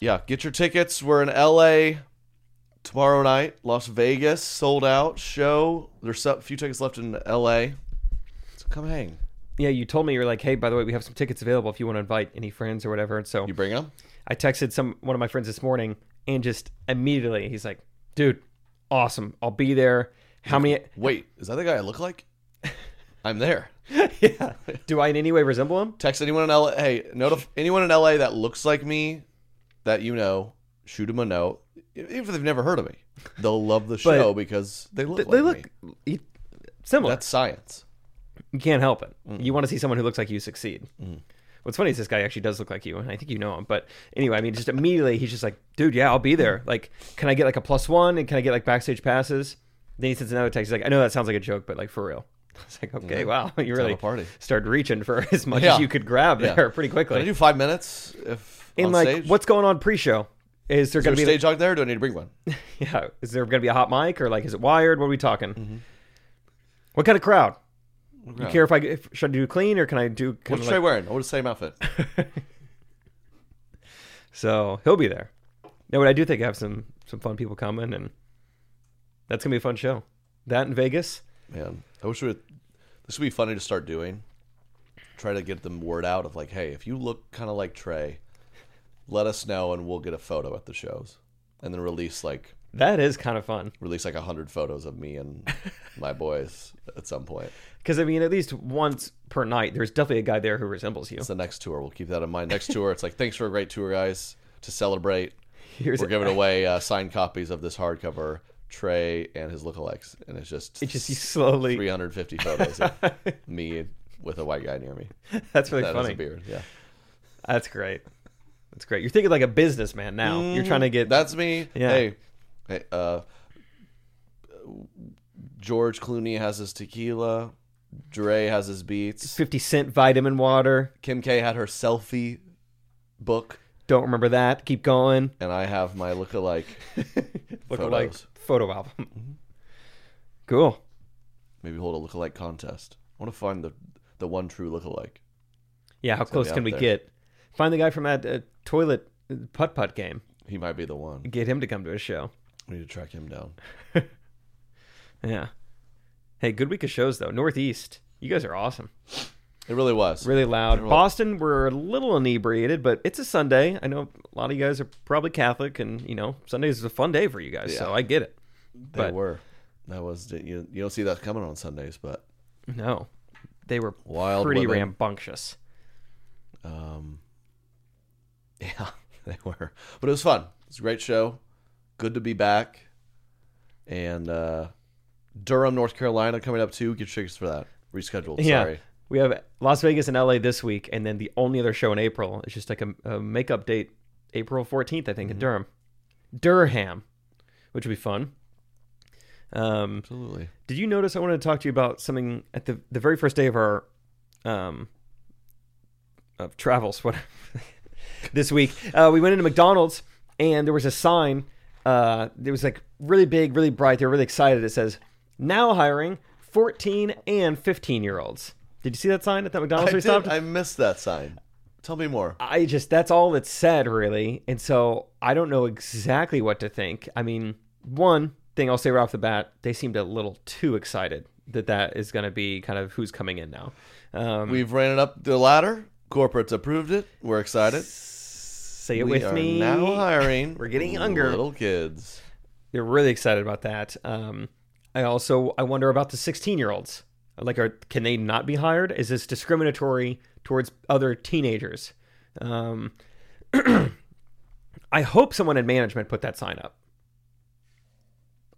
S4: yeah, get your tickets. We're in LA tomorrow night, Las Vegas, sold out show. There's a few tickets left in LA. So come hang.
S5: Yeah. You told me you were like, hey, by the way, we have some tickets available if you want to invite any friends or whatever. And so
S4: You bring them?
S5: I texted some one of my friends this morning and just immediately he's like, dude, awesome. I'll be there. How many?
S4: Wait, is that the guy I look like? I'm there.
S5: yeah. Do I in any way resemble him?
S4: Text anyone in LA. Hey, notif- anyone in LA that looks like me that you know, shoot them a note. e-, Even if they've never heard of me, they'll love the show because they look
S5: Th-
S4: like
S5: they
S4: me.
S5: look e- similar.
S4: That's science.
S5: you can't help it.
S4: Mm.
S5: You want to see someone who looks like you succeed. What's funny is this guy actually does look like you, and I think you know him. But anyway, I mean, just immediately he's just like, "Dude, yeah, I'll be there.
S4: Mm.
S5: Like, can I get like a plus one, and can I get like backstage passes?" Then he sends another text. He's like, "I know that sounds like a joke, but like for real." It's like, okay, wow, you
S4: have a
S5: really
S4: party.
S5: started reaching for as much
S4: Yeah.
S5: as you could grab
S4: Yeah.
S5: there pretty
S4: Can I
S5: quickly.
S4: do five minutes if
S5: and
S4: on
S5: like,
S4: stage?
S5: what's going on pre-show? Is there
S4: is there
S5: going
S4: a
S5: to be
S4: stage out there? Do I need to bring one?
S5: yeah? Is there going to be a hot mic or like is it wired? What are we talking?
S4: Mm-hmm.
S5: What kind of crowd? You care if I if, should I do clean or can I do? Kind
S4: What's
S5: of
S4: Trey
S5: like-
S4: wearing? I want the same outfit.
S5: so he'll be there. No, but I do think I have some some fun people coming, and that's gonna be a fun show. That in Vegas,
S4: Man, I wish we. Would, this would be funny to start doing. Try to get them word out of like, hey, if you look kind of like Trey, let us know and we'll get a photo at the shows, and then release like
S5: that is kind of fun.
S4: release like hundred photos of me and my boys at some point.
S5: Because I mean, at least once per night, there's definitely a guy there who resembles you.
S4: It's the next tour. We'll keep that in mind. Next tour, it's like thanks for a great tour, guys. To celebrate,
S5: Here's
S4: we're giving away uh, signed copies of this hardcover. Trey and his lookalikes, and it's just
S5: It's just you slowly.
S4: 350 photos of me with a white guy near me.
S5: That's really
S4: That has a
S5: funny.
S4: beard. Yeah.
S5: That's great. That's great. You're thinking like a businessman now. Um, You're trying to get
S4: That's me.
S5: Yeah.
S4: Hey, hey, uh, George Clooney has his tequila. Dre has his beats.
S5: fifty cent vitamin water.
S4: Kim K had her selfie book,
S5: Don't remember that. Keep going.
S4: and I have my lookalike.
S5: Look alike
S4: Photos.
S5: photo album. Cool.
S4: Maybe hold a lookalike contest. I want to find the the one true lookalike.
S5: Yeah, how close
S4: be
S5: can
S4: out
S5: we
S4: there.
S5: get? Find the guy from that uh, toilet putt putt game.
S4: He might be the one.
S5: Get him to come to a show.
S4: We need to track him down.
S5: Yeah. Hey, good week of shows though. Northeast, you guys are awesome.
S4: It really was.
S5: Really loud.
S4: Well-
S5: Boston, we're a little inebriated, but it's a Sunday. I know a lot of you guys are probably Catholic, and you know Sundays is a fun day for you guys. So
S4: Yeah.
S5: I get it.
S4: They
S5: but-
S4: were. That was you. You don't see that coming on Sundays, but
S5: No, they were
S4: Wild
S5: pretty
S4: women.
S5: rambunctious.
S4: Um, yeah, they were, but it was fun. It was a great show. Good to be back. And uh, Durham, North Carolina, coming up too. Get tickets for that. Rescheduled.
S5: Yeah.
S4: Sorry.
S5: We have Las Vegas and LA this week, and then the only other show in April is just like a, a makeup date, April 14th, I think, in Durham. Durham, which would be fun. Um,
S4: Absolutely.
S5: did you notice I wanted to talk to you about something at the, the very first day of our um, of travels, whatever, this week? Uh, we went into McDonald's, and there was a sign. Uh, it was like really big, really bright. They were really excited. It says, now hiring 14 and 15 year olds. Did you see that sign at
S4: I,
S5: that McDonald's we
S4: did-
S5: stopped?
S4: I missed that sign. Tell me more.
S5: I just that's all it said really, and so I don't know exactly what to think. I mean, one thing I'll say right off the bat, they seemed a little too excited that that is going to be kind of who's coming in now. Um,
S4: Mm-hmm. We've ran it up the ladder. Corporate's approved it. We're excited.
S5: say it
S4: we
S5: with
S4: are
S5: me.
S4: now hiring.
S5: We're getting younger.
S4: Little kids.
S5: They're really excited about that. Um, I also I wonder about the 16 year olds. Like, are can they not be hired? Is this discriminatory towards other teenagers? Um, I hope someone in management put that sign up.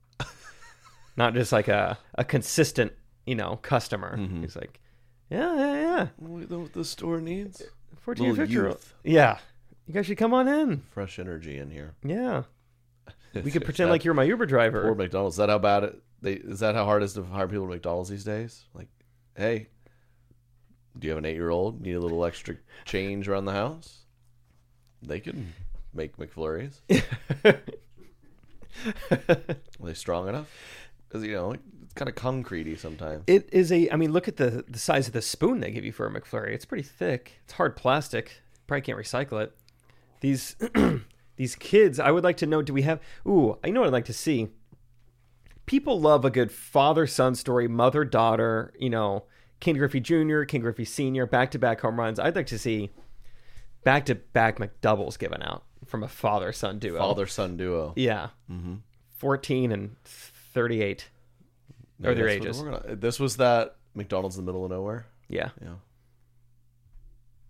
S5: Not just like a, a consistent, you know, customer.
S4: Mm-hmm.
S5: He's like, yeah, yeah, yeah.
S4: We know what the store needs.
S5: 14,
S4: Little
S5: 15 year old.
S4: youth.
S5: Yeah. You guys should come on in.
S4: Fresh energy in here.
S5: Yeah. We could pretend like you're my Uber driver.
S4: Or McDonald's. Is that how bad it? They is that how hard it is to hire people at McDonald's these days? Like, hey, do you have an eight-year-old? Need a little extra change around the house? They can make McFlurries. Are they strong enough? Because you know it's kind of concretey sometimes.
S5: It is a. I mean, look at the the size of the spoon they give you for a McFlurry. It's pretty thick. It's hard plastic. Probably can't recycle it. These these kids. I would like to know. Do we have? Ooh, I know what I'd like to see. People love a good father son story, mother daughter. You know, Ken Griffey Jr., Ken Griffey Sr. Back to back home runs. I'd like to see back to back McDoubles given out from a father son duo.
S4: Father-son duo.
S5: Yeah. Mm-hmm. Fourteen and thirty eight. Or their
S4: That's what
S5: ages.
S4: we're gonna- This was that McDonald's in the middle of nowhere.
S5: Yeah.
S4: Yeah.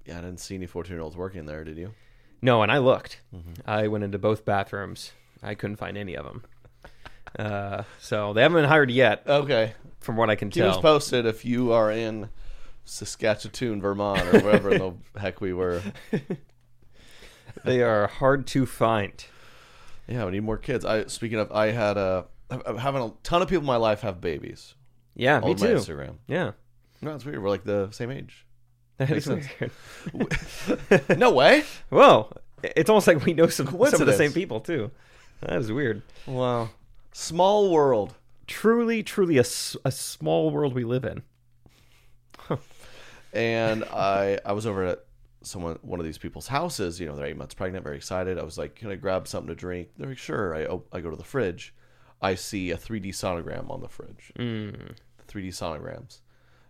S4: Yeah, I didn't see any fourteen-year-olds working there. Did you?
S5: No, and I looked.
S4: Mm-hmm.
S5: I went into both bathrooms. I couldn't find any of them. Uh, so they haven't been hired yet,
S4: Okay.
S5: from what I can
S4: Keep us
S5: tell.
S4: posted if you are in Saskatchewan, Vermont, or wherever the heck we were.
S5: They are hard to find.
S4: Yeah, we need more kids. I speaking of, I had a I'm having a ton of people in my life have babies.
S5: Yeah, me
S4: on my
S5: too.
S4: Instagram.
S5: Yeah,
S4: No, it's weird. We're like the same age.
S5: that
S4: Makes
S5: is
S4: sense.
S5: weird.
S4: No way.
S5: Whoa, it's almost like we know some some of the
S4: Coincidence.
S5: same people too. That is weird.
S4: Wow. Small world.
S5: Truly, truly, a, s- a small world we live in.
S4: and I I was over at someone one of these people's houses. You know, they're eight months pregnant, very excited. I was like, "Can I grab something to drink?" They're like, "Sure." I op- I go to the fridge. I see a 3D sonogram on the fridge.
S5: Mm.
S4: 3D sonograms.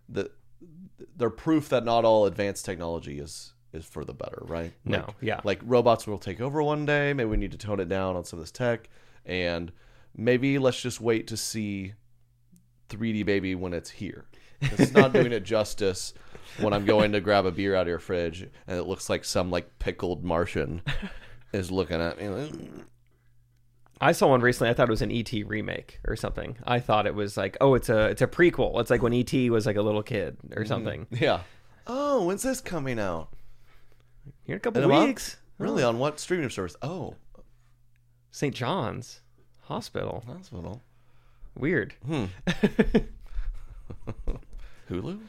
S4: The they're proof that not all advanced technology is is for the better, right?
S5: No,
S4: Like,
S5: yeah,
S4: like robots will take over one day. Maybe we need to tone it down on some of this tech, and maybe let's just wait to see 3D Baby when it's here. 'Cause It's not doing it justice when I'm going to grab a beer out of your fridge and it looks like some like pickled Martian is looking at me. Like, "Mm."
S5: I saw one recently. I thought it was an ET remake or something. I thought it was like, oh, it's a it's a prequel. It's like when ET was like a little kid
S4: Mm-hmm.
S5: or something.
S4: yeah. Oh, when's this coming out?
S5: Here in a couple
S4: In a month?
S5: weeks, Oh.
S4: Really? On what streaming service? Oh,
S5: St. John's Hospital.
S4: hospital.
S5: Weird.
S4: Hulu?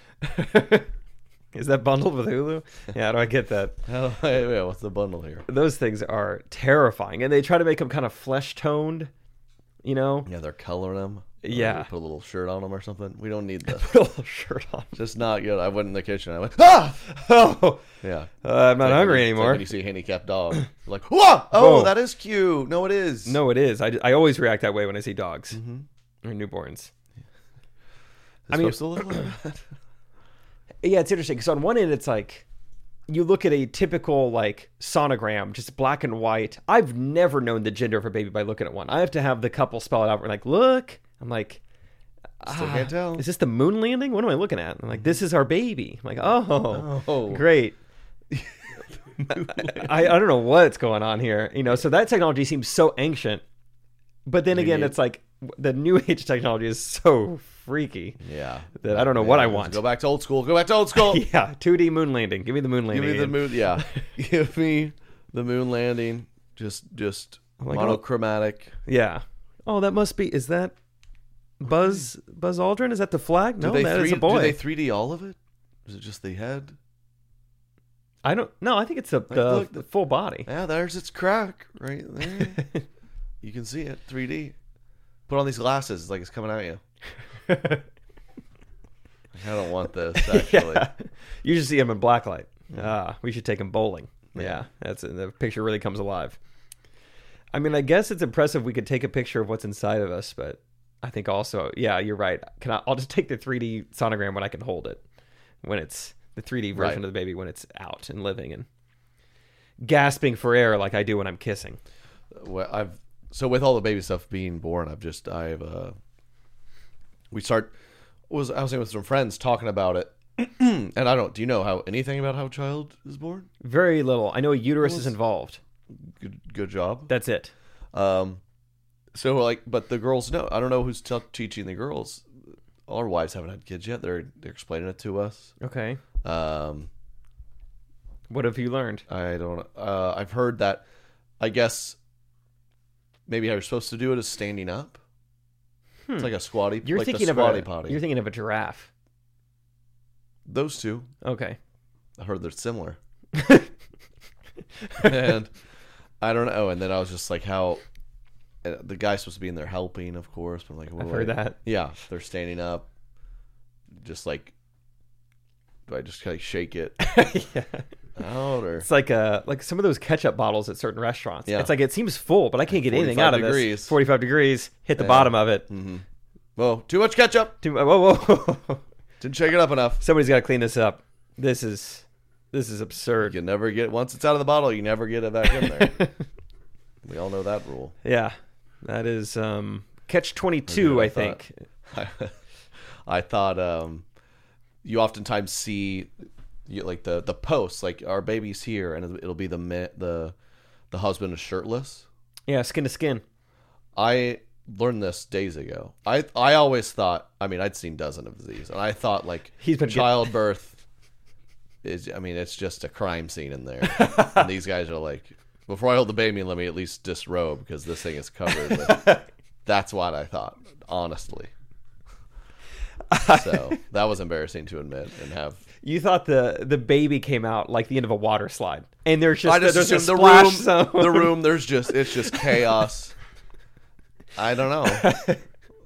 S5: Is that bundled with Hulu? Yeah, how do I get that?
S4: Oh, yeah, what's the bundle here?
S5: Those things are terrifying, and they try to make them kind of flesh toned. You know,
S4: Yeah, they're coloring them.
S5: Yeah.
S4: Put a little shirt on them or something. We don't need this.
S5: put a little shirt on.
S4: Just not good. I went in the kitchen. I went,
S5: Ah! Oh,
S4: yeah.
S5: uh, I'm not hungry
S4: It's like
S5: anymore.
S4: when you see a handicapped dog, you're like, whoa, oh,
S5: Whoa.
S4: that is cute. No, it is.
S5: No, it is. I, I always react that way when I see dogs or newborns.
S4: I
S5: mean-
S4: mean, to look like that.
S5: Yeah, it's interesting because on one end, it's like you look at a typical like sonogram, just black and white. I've never known the gender of a baby by looking at one. I have to have the couple spell it out. We're like, look. I'm like, "Ah,
S4: Still can't tell.
S5: is this the moon landing? What am I looking at? I'm like, this is our baby. I'm like, oh,
S4: Oh.
S5: great. I, I don't know what's going on here. You know, so that technology seems so ancient. But then again, it's like w- the new age technology is so freaky
S4: Yeah.
S5: that I don't know what I
S4: Just
S5: want.
S4: Go back to old school. Go back to old school.
S5: Yeah, 2D moon landing. Give me the moon landing.
S4: Give me the
S5: again.
S4: moon. Yeah. Give me the moon landing. Just, just
S5: like, oh.
S4: monochromatic.
S5: Yeah. Oh, that must be. Is that Buzz Buzz Aldrin? Is that the flag? No, that is
S4: three,
S5: a boy.
S4: Do they 3D all of it? Is it just the head?
S5: I don't. No, I think it's the the,
S4: look,
S5: the full body.
S4: Yeah, there's its crack right there. you can see it 3D. Put on these glasses. It's like it's coming at you. I don't want this, actually.
S5: Yeah. You should see him in blacklight. Ah, we should take him bowling. Yeah, that's the picture really comes alive. I mean, I guess it's impressive we could take a picture of what's inside of us, but I think also, yeah, you're right. Can I? I'll just take the 3D sonogram when I can hold it, when it's the 3D version
S4: Right.
S5: of the baby when it's out and living and gasping for air like I do when I'm kissing.
S4: Well, I've so with all the baby stuff being born, I've just I've uh, we start was I was saying with some friends talking about it, and I don't. Do you know how anything about how a child is born?
S5: Very little. I know a uterus is involved.
S4: Good, good job.
S5: That's it.
S4: Um, so like, but the girls know. I don't know who's t- teaching the girls. Our wives haven't had kids yet. They're they're explaining it to us.
S5: Okay.
S4: Um,
S5: What have you learned?
S4: I don't. Uh, I've heard that. I guess maybe how you're supposed to do it is standing up. It's like a squatty.
S5: Hmm. You're
S4: like the
S5: thinking of
S4: squatty
S5: a,
S4: potty.
S5: You're thinking of a giraffe.
S4: Those two,
S5: Okay.
S4: I heard they're similar. and I don't know. And then I was just like, how uh, the guy's supposed to be in there helping, of course. But I'm like,
S5: I've
S4: wait,
S5: heard
S4: wait.
S5: that.
S4: Yeah, they're standing up. Just like, do I just kind of shake it
S5: yeah.
S4: out or
S5: It's like uh like some of those ketchup bottles at certain restaurants.
S4: Yeah.
S5: It's like it seems full, but I can't get anything
S4: 45
S5: out of this.
S4: degrees. Mm.
S5: Forty five degrees. Hit the bottom of it.
S4: whoa, too much ketchup?
S5: Too- Whoa, whoa, whoa.
S4: Didn't shake it up enough.
S5: Somebody's got to clean this up. This is this is absurd.
S4: You never get once it's out of the bottle, you never get it back in there. we all know that rule.
S5: Yeah. That is um catch twenty two. I,
S4: I thought-
S5: think.
S4: I, I thought um, you oftentimes see you, like the the posts like our baby's here and it'll be the ma- the the husband is shirtless.
S5: Yeah. Skin to skin.
S4: I learned this days ago. I I always thought I mean I'd seen dozens of these and I thought like
S5: He's been get-
S4: childbirth is I mean it's just a crime scene in there. and these guys are like before I hold the baby let me at least disrobe because this thing is covered with That's what I thought, honestly. So that was embarrassing to admit and have.
S5: You thought the the baby came out like the end of a water slide, and there's just,
S4: I just
S5: there's a
S4: assumed the
S5: splash
S4: room,
S5: zone.
S4: the room. There's just it's just chaos. I don't know.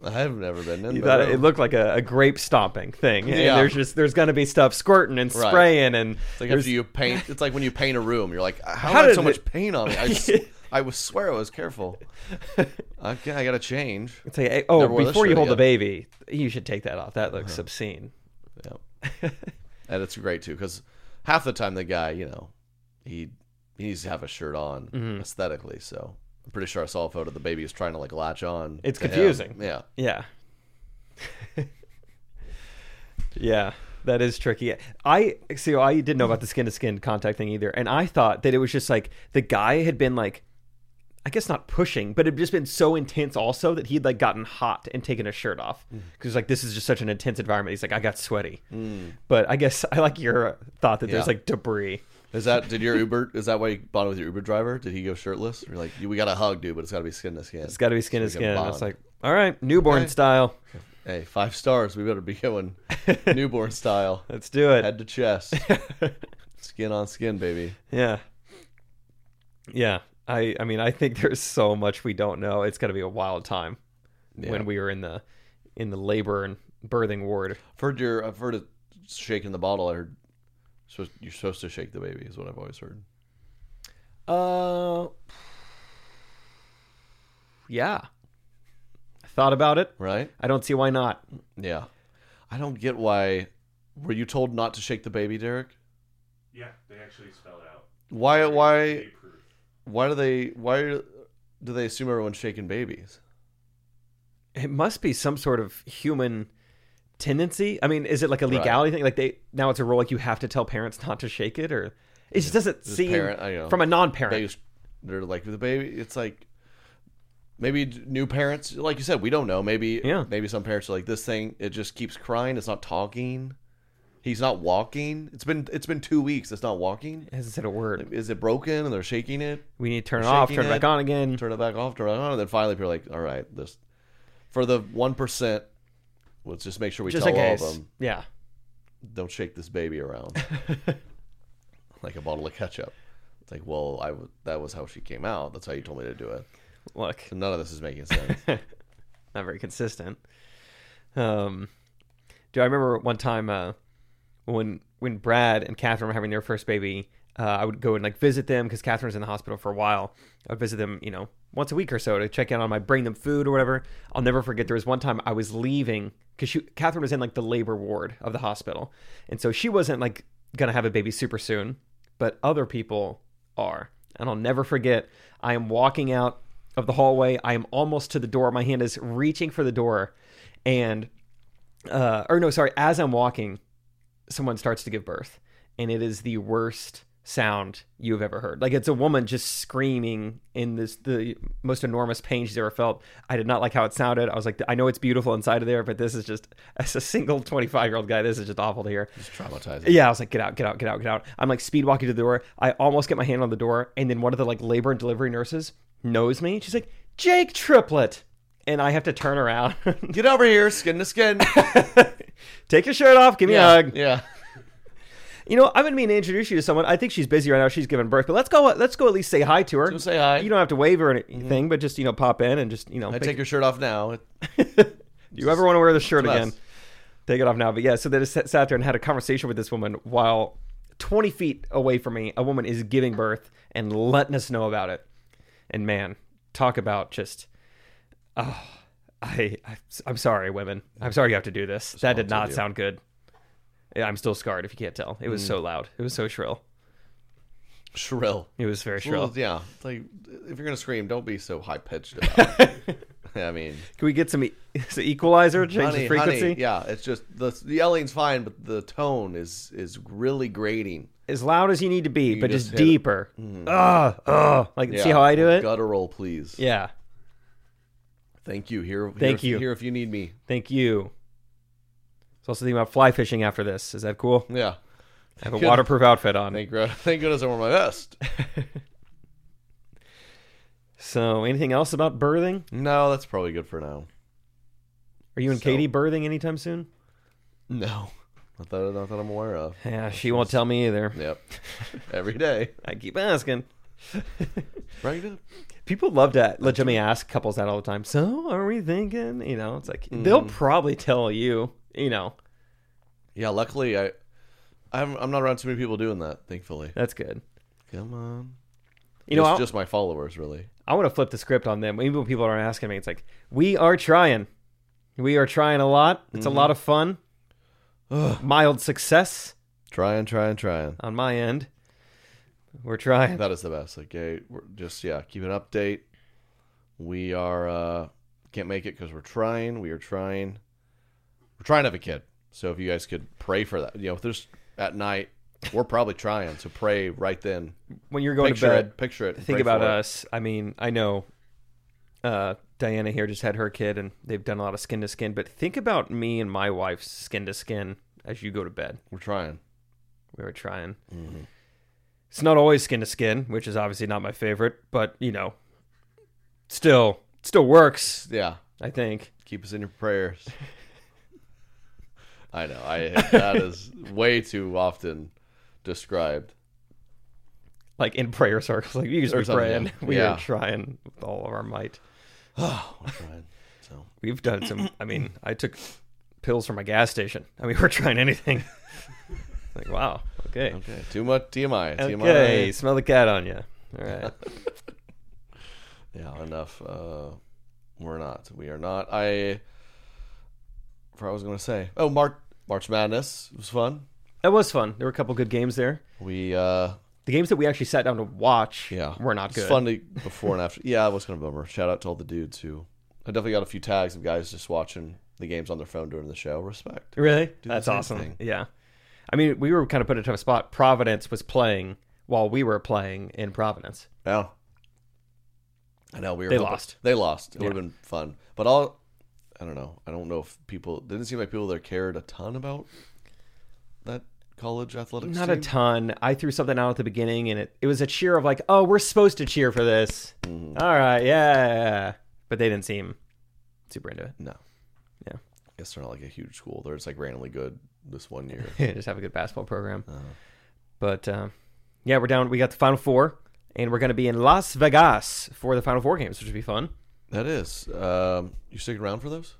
S4: I've never been in.
S5: You
S4: the
S5: thought it,
S4: room.
S5: it looked like a, a grape stomping thing. And
S4: Yeah.
S5: there's just there's gonna be stuff squirting and
S4: Right.
S5: spraying and
S4: It's like
S5: there's-
S4: after you paint, it's like when you paint a room, you're like, how,
S5: How
S4: did I have
S5: did
S4: so
S5: it-
S4: much paint on me? I, s- I was swear I was careful. Okay, I gotta change.
S5: it's like, hey, oh,
S4: Never wore this
S5: before you
S4: shirt
S5: hold the
S4: again. baby,
S5: baby, you should take that off. That looks obscene.
S4: Yep. and it's great too because half the time the guy, you know, he he needs to have a shirt on
S5: Mm-hmm.
S4: aesthetically. So I'm pretty sure I saw a photo of the baby is trying to like latch on.
S5: It's
S4: to him.
S5: confusing.
S4: Yeah.
S5: Yeah. yeah, that is tricky. I see. I didn't know about the skin to skin contact thing either, and I thought that it was just like the guy had been like, I guess not pushing, but it had just been so intense also that he'd like gotten hot and taken his shirt off because like this is just such an intense environment. He's like, I got sweaty, but I guess I like your thought that there's
S4: Yeah.
S5: like debris.
S4: Is that did your Uber? Is that why you bonded with your Uber driver? Did he go shirtless? You're like, we got a hug, dude, but it's got to be skin to skin.
S5: It's got to be skin to
S4: So we can
S5: skin. I was
S4: bond.
S5: like, all right, newborn style,
S4: hey, five stars. We better be going newborn style,
S5: let's do it.
S4: head to chest, skin on skin, baby.
S5: Yeah. Yeah. I I mean I think there's so much we don't know. It's gonna be a wild time
S4: Yeah.
S5: when we were in the in the labor and birthing ward.
S4: I've heard your I've heard of shaking the bottle. I heard so you're supposed to shake the baby is what I've always heard.
S5: Uh yeah. I thought about it.
S4: Right?
S5: I don't see why not.
S4: Yeah. I don't get why. Were you told not to shake the baby, Derek?
S6: Yeah, they actually spelled out.
S4: Why? Why?
S6: They proof.
S4: Why do they? Why do they assume everyone's shaking babies?
S5: It must be some sort of human tendency. I mean, is it like a legality thing? Like they now it's a rule like you have to tell parents not to shake it or it just doesn't seem
S4: parent- I know.
S5: from a non-parent.
S4: They just, they're like the baby. It's like maybe d- new parents, like you said, we don't know. Maybe
S5: Yeah.
S4: Maybe some parents are like this thing. It just keeps crying. It's not talking. He's not walking. It's been it's been two weeks. It's not walking.
S5: it hasn't said a word.
S4: Is it broken? And they're shaking it.
S5: We need to turn it
S4: Shaking
S5: off, turn it
S4: it.
S5: back on again.
S4: turn it back off, turn it on, and then finally people are like, all right, this for the one percent, let's just make sure we
S5: just
S4: tell
S5: in
S4: all of
S5: case.
S4: them
S5: Yeah.
S4: don't shake this baby around like a bottle of ketchup. It's like, well, I w- that was how she came out. That's how you told me to do it.
S5: Look,
S4: So none of this is making sense.
S5: not very consistent. Um, do I remember one time uh, when when Brad and Catherine were having their first baby? Uh, I would go and like visit them because Catherine's in the hospital for a while. I would visit them, you know, once a week or so to check in on my, bring them food or whatever. I'll never forget. There was one time I was leaving because she Catherine was in like the labor ward of the hospital, and so she wasn't like gonna have a baby super soon, but other people are. And I'll never forget. I am walking out of the hallway. I am almost to the door. My hand is reaching for the door, and uh, or no, sorry, as I'm walking, someone starts to give birth, and it is the worst sound you have ever heard. Like it's a woman just screaming in this the most enormous pain she's ever felt. I did not like how it sounded. I was like, I know it's beautiful inside of there, but this is just as a single 25 year old guy, this is just awful to hear.
S4: It's traumatizing.
S5: Yeah, I was like, get out, get out, get out, get out. I'm like speed walking to the door. I almost get my hand on the door, and then one of the like labor and delivery nurses knows me. She's like, Jake Triplet. And I have to turn around,
S4: Get over here, skin to skin.
S5: take your shirt off, give me a hug.
S4: yeah.
S5: You know, I'm gonna mean to introduce you to someone. I think she's busy right now. She's giving birth, but let's go. Let's go at least say hi to her.
S4: Go say hi. Mm-hmm.
S5: You don't have to wave or anything, but just you know, pop in and just you know,
S4: I
S5: make-
S4: take your shirt off now.
S5: Do you ever want to wear this shirt
S4: Plus.
S5: again? Take it off now. But yeah, so they just sat sat there and had a conversation with this woman while 20 feet away from me, a woman is giving birth and letting us know about it. And man, talk about just, oh, I, I I'm sorry, women. I'm sorry you have to do this. that did not sound good. Yeah, I'm still scarred if you can't tell. It was
S4: Mm.
S5: so loud. It was so shrill.
S4: Shrill.
S5: It was very shrill.
S4: Well, yeah. It's like if you're gonna scream, don't be so high pitched. about it. I mean,
S5: Can we get some, e- some equalizer? Change the frequency?
S4: yeah, it's just the, the yelling's fine, but the tone is is really grating.
S5: As loud as you need to be, but
S4: just
S5: just,
S4: hit it. Mm.
S5: deeper. Ugh, ugh. Like, see how I do it?
S4: Guttural, please.
S5: Yeah.
S4: Thank you. Here, here
S5: Thank
S4: if,
S5: you.
S4: Here, if you need me.
S5: Thank you. I was also thinking about fly fishing after this. Is that cool?
S4: Yeah.
S5: I have a waterproof outfit on.
S4: Thank God. Thank goodness I wore my vest.
S5: So, anything else about birthing?
S4: No, that's probably good for now.
S5: Are you and
S4: So-
S5: Katie birthing anytime soon?
S4: No, not that, not that I'm aware of.
S5: Yeah, she won't tell me either.
S4: Yep, every day.
S5: I keep asking.
S4: Bring it up.
S5: People love to legitimately ask couples that all the time. So, are we thinking? You know, it's like they'll
S4: Mm.
S5: probably tell you. You know,
S4: Yeah, luckily I, I'm I'm not around too many people doing that. Thankfully,
S5: that's good.
S4: come on.
S5: You know,
S4: it's
S5: I'll-
S4: just my followers, really.
S5: I want to flip the script on them. Even when people are asking me, it's like, we are trying. We are trying a lot. It's
S4: Mm-hmm.
S5: a lot of fun. Mild success
S4: Trying, trying, trying.
S5: on my end. We're trying.
S4: That is the best. Like, hey, we're just yeah, keep an update. We are uh can't make it because we're trying. We are trying. We're trying to have a kid. So if you guys could pray for that, you know, if there's at night, we're probably trying. So pray right then.
S5: When you're going
S4: picture
S5: to bed,
S4: it. Picture it. and
S5: think
S4: pray
S5: about uh,
S4: for it.
S5: us. I mean, I know uh, Diana here just had her kid and they've done a lot of skin to skin, but think about me and my wife's skin to skin as you go to bed.
S4: We're trying.
S5: We were trying.
S4: Mm-hmm.
S5: It's not always skin to skin, which is obviously not my favorite, but you know, still, it still works.
S4: Yeah.
S5: I think.
S4: Keep us in your prayers. I know. I that is way too often described.
S5: Like in prayer circles, like you just
S4: Or
S5: be
S4: something,
S5: praying.
S4: yeah.
S5: We
S4: Yeah.
S5: are trying with all of our might.
S4: We're trying. So
S5: We've done some. I mean, I took pills from a gas station. I mean, we're trying anything. like, wow. Okay.
S4: okay, too much TMI. TMI.
S5: Okay. Smell the cat on you. All right.
S4: Yeah, enough. Uh, we're not. We are not. I. For I was gonna say. Oh, March March Madness was fun.
S5: that was fun. There were a couple good games there.
S4: We uh
S5: The games that we actually sat down to watch
S4: yeah
S5: were not good.
S4: It's fun to before and after. Yeah, it was kind of a bummer. Shout out to all the dudes who. I definitely got a few tags of guys just watching the games on their phone during the show. Respect.
S5: Really?
S4: the
S5: That's
S4: same
S5: awesome.
S4: thing.
S5: Yeah. I mean, we were kind of put into a spot. Providence was playing while we were playing in Providence.
S4: Yeah. I know we were
S5: They
S4: hoping-
S5: lost.
S4: They lost. It would have been fun, but all I don't know. I don't know if people didn't seem like people there cared a ton about that college athletics.
S5: Not
S4: team.
S5: a ton. I threw something out at the beginning and it, it was a cheer of like, oh, we're supposed to cheer for this.
S4: Mm-hmm.
S5: All right. Yeah. But they didn't seem super into it.
S4: No.
S5: Yeah.
S4: I guess they're not like a huge school. They're just like randomly good this one year.
S5: They just have a good basketball program.
S4: Oh.
S5: But um, yeah, we're down. We got the Final Four and we're going to be in Las Vegas for the Final Four games, which would be fun.
S4: that is. Um, you sticking around for those?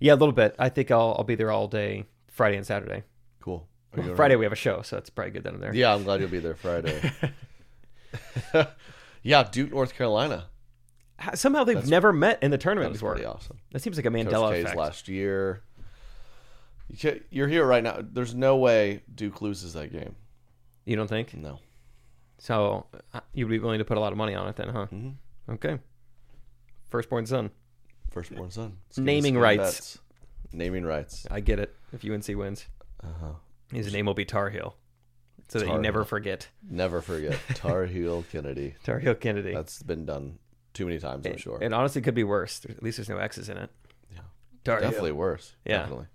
S5: Yeah, a little bit. I think I'll, I'll be there all day Friday and Saturday.
S4: Cool. Are you
S5: Friday
S4: around?
S5: we have a show, so that's probably good that I'm there.
S4: Yeah, I'm glad you'll be there Friday. yeah, Duke, North Carolina.
S5: Ha- Somehow they've never met in the tournament
S4: That's
S5: before.
S4: pretty awesome.
S5: That seems like a
S4: Coach
S5: Mandela
S4: K's
S5: effect.
S4: last year. You can't, you're here right now. There's no way Duke loses that game.
S5: You don't think?
S4: No.
S5: So uh, you'd be willing to put a lot of money on it then, huh? Mm-hmm. Okay. Firstborn son.
S4: Firstborn son.
S5: Naming rights.
S4: Bets. Naming rights.
S5: I get it. If UNC wins, his name will be Tar Heel, so that
S4: Uh-huh. Tar
S5: you never
S4: Heel.
S5: forget
S4: Never forget Tar Heel Kennedy.
S5: Tar Heel Kennedy.
S4: That's been done too many times, I'm sure.
S5: It honestly could be worse. There- At least there's no X's in it. Tar Heel.
S4: Definitely worse.
S5: Yeah.
S4: Definitely.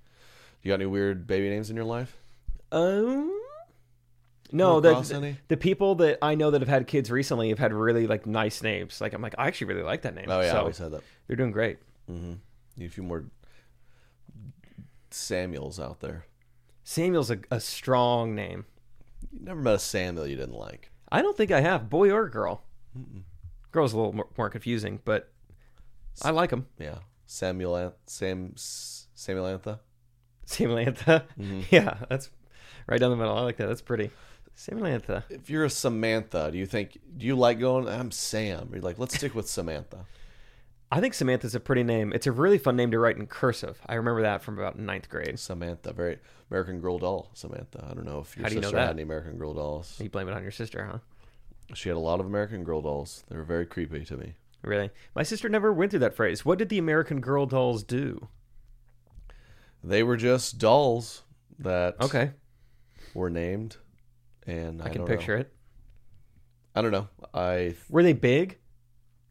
S4: You got any weird baby names in your life?
S5: Um, no,
S4: Come
S5: the,
S4: across any?
S5: the people that I know that have had kids recently have had really like nice names. Like I'm like, I actually really like that name.
S4: Oh yeah,
S5: so
S4: I always had that.
S5: they're doing great.
S4: Need a few more Samuels out there.
S5: Samuel's a, a strong name.
S4: You never met a Samuel you didn't like.
S5: I don't think I have, boy or girl. Girl's a little more, more confusing, but I like him.
S4: Yeah, Samuel An- Sam S- Samuel Antha.
S5: Samantha.
S4: Mm-hmm.
S5: Yeah, that's right down the middle. I like that. That's pretty. Samantha.
S4: If you're a Samantha, do you think do you like going? I'm Sam. You're like, let's stick with Samantha.
S5: I think Samantha's a pretty name. It's a really fun name to write in cursive. I remember that from about ninth grade.
S4: Samantha, very American Girl doll. Samantha. I don't know if your
S5: How do you
S4: sister
S5: know
S4: had
S5: that?
S4: any American Girl dolls.
S5: You blame it on your sister, huh?
S4: She had a lot of American Girl dolls. They were very creepy to me.
S5: Really? My sister never went through that phrase. What did the American Girl dolls do?
S4: They were just dolls that
S5: Okay,
S4: were named, and I,
S5: I can
S4: don't
S5: picture
S4: know.
S5: it.
S4: I don't know. I
S5: Were they big?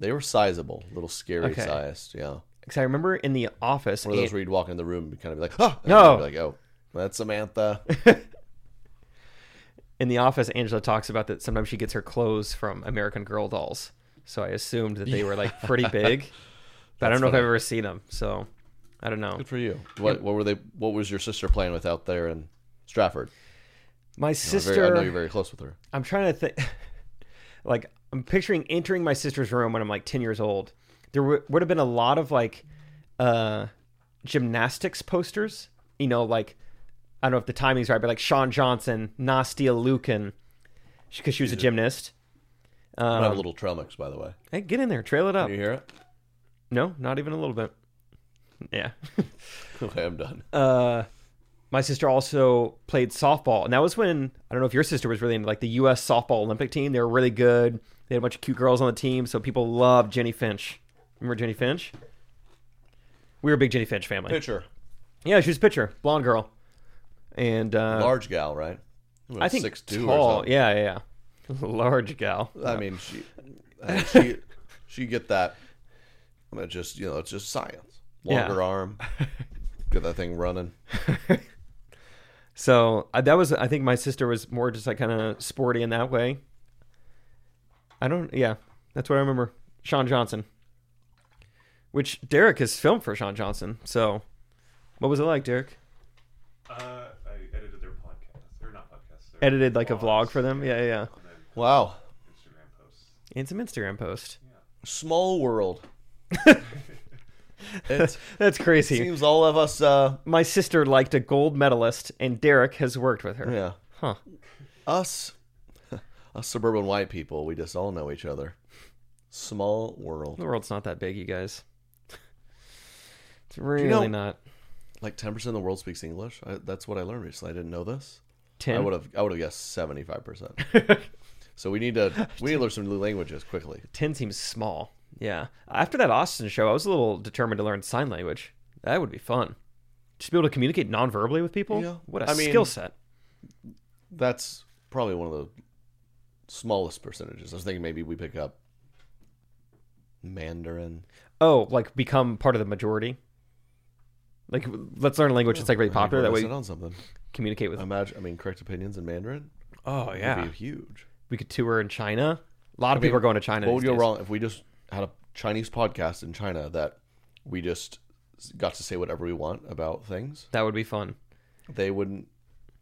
S4: They were sizable, a little scary
S5: Okay.
S4: sized. Yeah,
S5: Because I remember in the office.
S4: one of those
S5: Aunt-
S4: where you'd walk in the room and kind of be like, "Ah!" and
S5: No.
S4: you'd be like, "Oh, that's Samantha."
S5: in the office, Angela talks about that sometimes she gets her clothes from American Girl dolls. So I assumed that they were like pretty big, but I don't know if I've ever seen them. So I don't know.
S4: Good for you. What what were they? What was your sister playing with out there in Stratford?
S5: My
S4: I'm
S5: sister.
S4: very- I know you're very close with her.
S5: I'm trying to think. like, I'm picturing entering my sister's room when I'm like 10 years old. There w- would have been a lot of like uh, gymnastics posters, you know, like, I don't know if the timing's right, but like Sean Johnson, Nastia Lukin, because she was a gymnast.
S4: I
S5: Um,
S4: have a little trail mix, by the way.
S5: Hey, get in there, trail it up.
S4: Can you hear it?
S5: No, not even a little bit. Yeah.
S4: Okay, I'm done.
S5: Uh, my sister also played softball and that was when i don't know if your sister was really into like the us softball olympic team they were really good they had a bunch of cute girls on the team so people loved jenny finch remember jenny finch we were a big jenny finch family
S4: Pitcher,
S5: yeah she was a pitcher blonde girl and uh
S4: large gal, right? About
S5: i think
S4: 6'2"
S5: tall. yeah yeah yeah large gal
S4: I mean, she, I mean, she, she get that. I mean, just you know, it's just science.
S5: Yeah.
S4: Longer arm, get that thing running.
S5: so I, that was i think my sister was more just like kind of sporty in that way i don't yeah that's what i remember sean johnson which derek has filmed for sean johnson so what was it like derek
S6: Uh, I edited their podcast or not podcast. their
S5: edited like a vlog
S6: vlogs
S5: for them yeah yeah, yeah
S6: and then
S4: Wow,
S6: Instagram posts.
S5: and some instagram post
S4: small world. it
S5: that's crazy
S4: seems all of us. Uh,
S5: my sister liked a gold medalist and derek has worked with her
S4: yeah,
S5: huh
S4: us, us suburban white people, we just all know each other. Small world.
S5: the world's not that big you guys it's really
S4: know-
S5: not
S4: Like ten percent of the world speaks English. I, that's what I learned recently. I didn't know this. I
S5: 10
S4: would have. I would have guessed seventy five percent. So we need to. We need to learn some new languages quickly.
S5: 10 seems small. Yeah. After that Austin show, I was a little determined to learn sign language. That would be fun. Just be able to communicate non-verbally with people.
S4: Yeah.
S5: What a
S4: I mean-
S5: skill set.
S4: that's probably one of the smallest percentages. I was thinking maybe we pick up Mandarin.
S5: Oh, like become part of the majority. Like let's learn a language that's like really popular. That way
S4: Sit
S5: we
S4: on something.
S5: communicate with.
S4: Imagine, I mean, correct opinions in Mandarin
S5: oh
S4: would be huge.
S5: we could tour in China. A lot of people are going to China.
S4: What would
S5: these
S4: go
S5: days.
S4: wrong if we just had a Chinese podcast in China that we just got to say whatever we want about things?
S5: That would be fun.
S4: They wouldn't.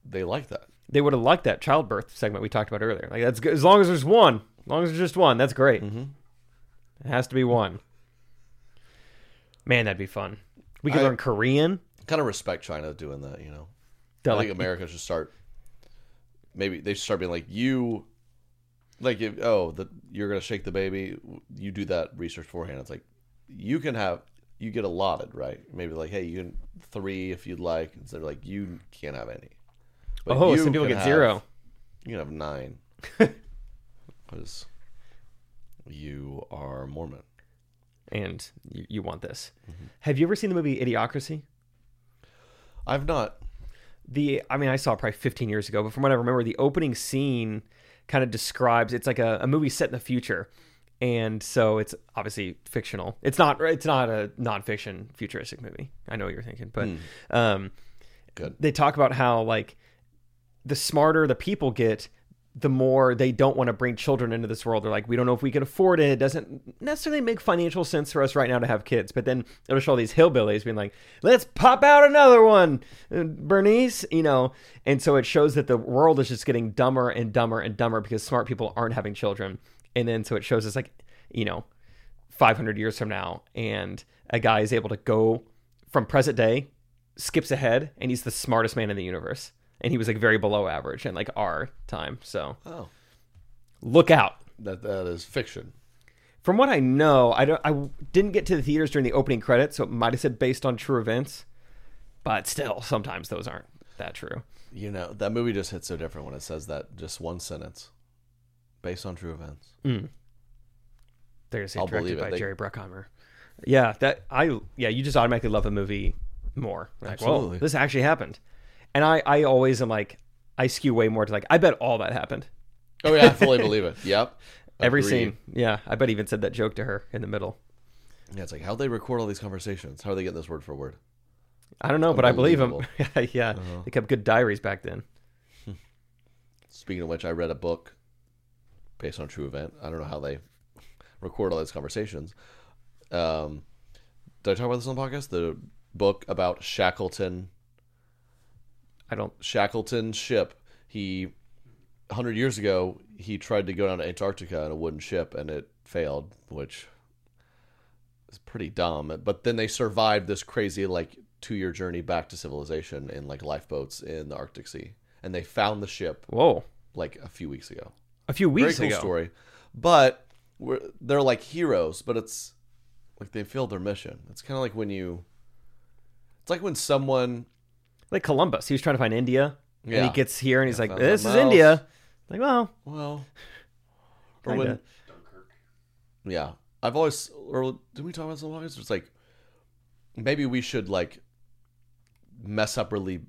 S4: They like that.
S5: They would have liked that childbirth segment we talked about earlier. Like that's good. as long as there's one. As long as there's just one, that's great.
S4: Mm-hmm.
S5: It has to be one. Man, that'd be fun. We could
S4: I-
S5: learn Korean.
S4: Kind of respect China doing that. You know,
S5: They're
S4: I
S5: like,
S4: think America should start. Maybe they should start being like you, like if oh the you're gonna shake the baby, you do that research beforehand. It's like you can have you get allotted right. Maybe like hey you can three if you'd like instead of like you can't have any. But
S5: oh,
S4: you
S5: some people
S4: can
S5: get
S4: have-
S5: zero.
S4: You can have nine because you are Mormon.
S5: and you, you want this.
S4: Mm-hmm.
S5: Have you ever seen the movie Idiocracy?
S4: I've not.
S5: The I mean, I saw it probably 15 years ago, but from what I remember, the opening scene kind of describes it's like a, a movie set in the future, and so it's obviously fictional. It's not it's not a nonfiction futuristic movie. I know what you're thinking, but um,
S4: Good.
S5: they talk about how like the smarter the people get the more they don't want to bring children into this world they're like we don't know if we can afford it it doesn't necessarily make financial sense for us right now to have kids but then it'll show these hillbillies being like let's pop out another one uh, bernice you know and so it shows that the world is just getting dumber and dumber and dumber because smart people aren't having children and then so it shows us like you know 500 years from now and a guy is able to go from present day skips ahead and he's the smartest man in the universe and he was like very below average and like our time so
S4: Oh,
S5: look out
S4: that that is fiction.
S5: from what i know i don't i didn't get to the theaters during the opening credits so it might have said based on true events but still sometimes those aren't that true
S4: You know, that movie just hits so different when it says that just one sentence based on true events.
S5: they're gonna say
S4: I'll
S5: directed
S4: believe it.
S5: by
S4: They-
S5: jerry bruckheimer yeah that i yeah you just automatically love a movie more You're like well
S4: Absolutely.
S5: this actually happened and i i always am like i skew way more to like i bet all that happened
S4: Oh yeah, I fully believe it. Yep.
S5: every
S4: Agree.
S5: scene yeah i bet even said that joke to her in the middle
S4: Yeah, it's like how they record all these conversations. How are they getting this word for word?
S5: I don't know, but I believe him. yeah,
S4: Uh-huh.
S5: they kept good diaries back then.
S4: Speaking of which, I read a book based on a true event. I don't know how they record all those conversations. Um, did I talk about this on the podcast? The book about Shackleton
S5: I don't.
S4: Shackleton ship. He, hundred years ago, he tried to go down to Antarctica in a wooden ship, and it failed, which is pretty dumb. But then they survived this crazy like two-year journey back to civilization in like lifeboats in the Arctic Sea, and they found the ship
S5: Whoa.
S4: like a few weeks ago.
S5: A few weeks
S4: Very cool
S5: ago.
S4: story, but we're, they're like heroes, but it's like they failed their mission. It's kind of like when you, it's like when someone
S5: Like Columbus, he was trying to find India, and
S4: Yeah.
S5: he gets here and he's like,
S4: found
S5: "This is
S4: something else."
S5: India." Like, well,
S4: Well, or
S5: Kinda.
S4: when yeah, I've always or did we talk about this on the podcast? It's like maybe we should like mess up really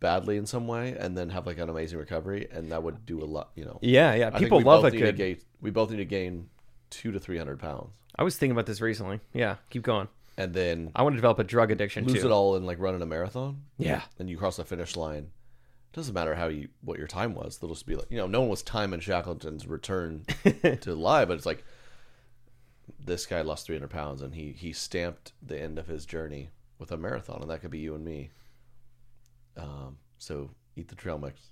S4: badly in some way and then have like an amazing recovery, and that would do a lot. You know,
S5: yeah, yeah.
S4: I think
S5: People
S4: we
S5: love
S4: both
S5: a
S4: need to
S5: good.
S4: gain- we both need to gain two to three hundred pounds,
S5: I was thinking about this recently. Yeah, keep going.
S4: and then
S5: I want to develop a drug addiction
S4: lose
S5: too.
S4: it all in like running a marathon.
S5: Yeah.
S4: and you cross the finish line. Doesn't matter how you what your time was. They'll just be like, you know, no one was timing Shackleton's return to lie, but it's like this guy lost 300 pounds and he he stamped the end of his journey with a marathon, and that could be you and me. Um, so eat the trail mix.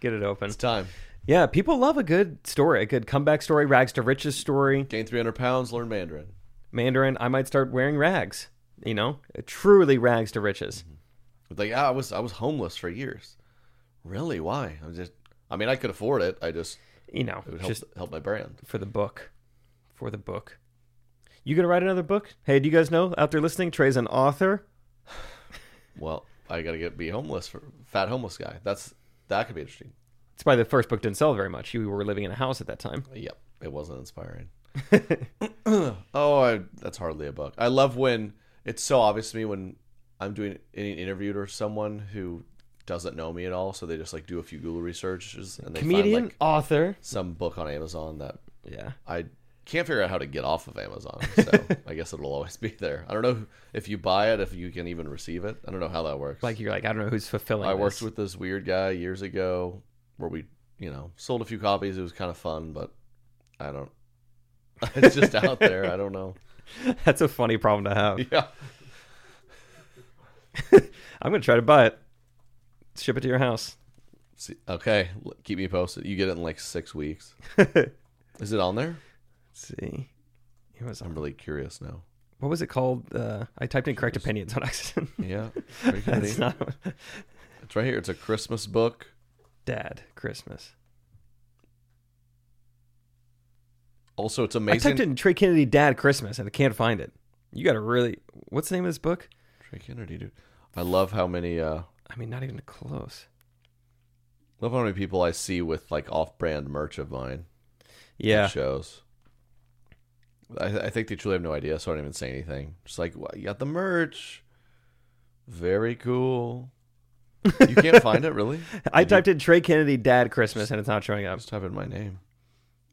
S5: Get it open.
S4: It's time.
S5: Yeah, people love a good story, a good comeback story, rags to riches story.
S4: Gain 300 pounds, learn Mandarin.
S5: Mandarin, I might start wearing rags. You know, truly rags to riches.
S4: Mm-hmm. It's like ah, I was I was homeless for years. Really? Why? I was just I mean, I could afford it. I just
S5: You know,
S4: it would help
S5: just
S4: help my brand.
S5: for the book, for the book. You gonna write another book? Hey, do you guys know out there listening? Trey's an author.
S4: Well, I gotta get be homeless for fat homeless guy. That's that could be interesting.
S5: It's why the first book didn't sell very much. You were living in a house at that time.
S4: Yep, it wasn't inspiring. oh, I, that's hardly a book. I love when it's so obvious to me when I'm doing any interview or someone who doesn't know me at all, so they just like do a few Google researches and they
S5: Comedian,
S4: find like
S5: author.
S4: some book on Amazon that
S5: Yeah.
S4: I can't figure out how to get off of Amazon. So I guess it'll always be there. I don't know if you buy it, if you can even receive it. I don't know how that works.
S5: Like you're like I don't know who's fulfilling.
S4: I worked
S5: this.
S4: with this weird guy years ago where we, you know, sold a few copies. It was kind of fun, but I don't. It's just out there. I don't know.
S5: That's a funny problem to have.
S4: Yeah.
S5: I'm gonna try to buy it. Ship it to your house.
S4: See, okay. l- Keep me posted. You get it in like six weeks. Is it on there?
S5: see. It was
S4: I'm really curious now.
S5: what was it called? Uh, I typed in correct opinions on accident.
S4: Yeah. Pretty pretty.
S5: That's not
S4: It's right here. It's a Christmas book.
S5: Dad Christmas.
S4: Also, it's
S5: I
S4: amazing.
S5: typed in Trey Kennedy Dad Christmas and I can't find it. You got to really. What's the name of this book?
S4: Trey Kennedy, dude. I love how many. uh
S5: I mean, not even close.
S4: Love how many people I see with like off-brand merch of mine.
S5: Yeah,
S4: shows. I, I think they truly have no idea, so I don't even say anything. Just like, "Well, you got the merch. Very cool. You can't find it, really?
S5: I typed in Trey Kennedy Dad Christmas and it's not showing up.
S4: Just type in my name.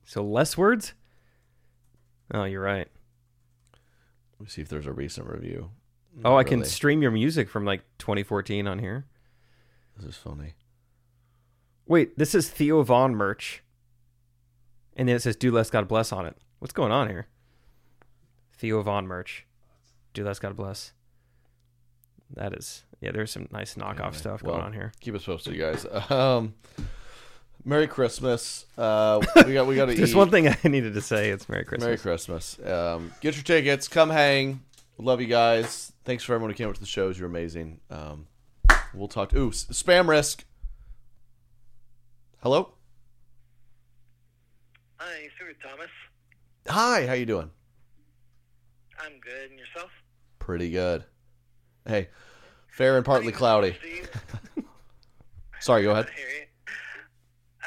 S5: So less words. Oh, you're right.
S4: Let me see if there's a recent review.
S5: Oh, I can
S4: Really?
S5: stream your music from like 2014 on here.
S4: This is funny.
S5: Wait, this is Theo Vaughn merch. And then it says Do Less God Bless on it. What's going on here? Theo Vaughn merch. Do Less God Bless. That is, yeah, there's some nice knockoff
S4: Anyway,
S5: stuff
S4: well,
S5: going on here.
S4: Keep us posted, you guys. Um, Merry Christmas. Uh, we got we got to
S5: There's
S4: eat.
S5: one thing I needed to say. It's Merry Christmas.
S4: Merry Christmas. Um, get your tickets. Come hang. Love you guys. Thanks for everyone who came up to the shows. You're amazing. Um, we'll talk. To, ooh, s- spam risk. Hello.
S7: Hi, Stuart Thomas.
S4: Hi. How you doing?
S7: I'm good. And yourself?
S4: Pretty good. Hey, fair and partly cloudy.
S7: Steve.
S4: Sorry. Go ahead.
S7: Hey.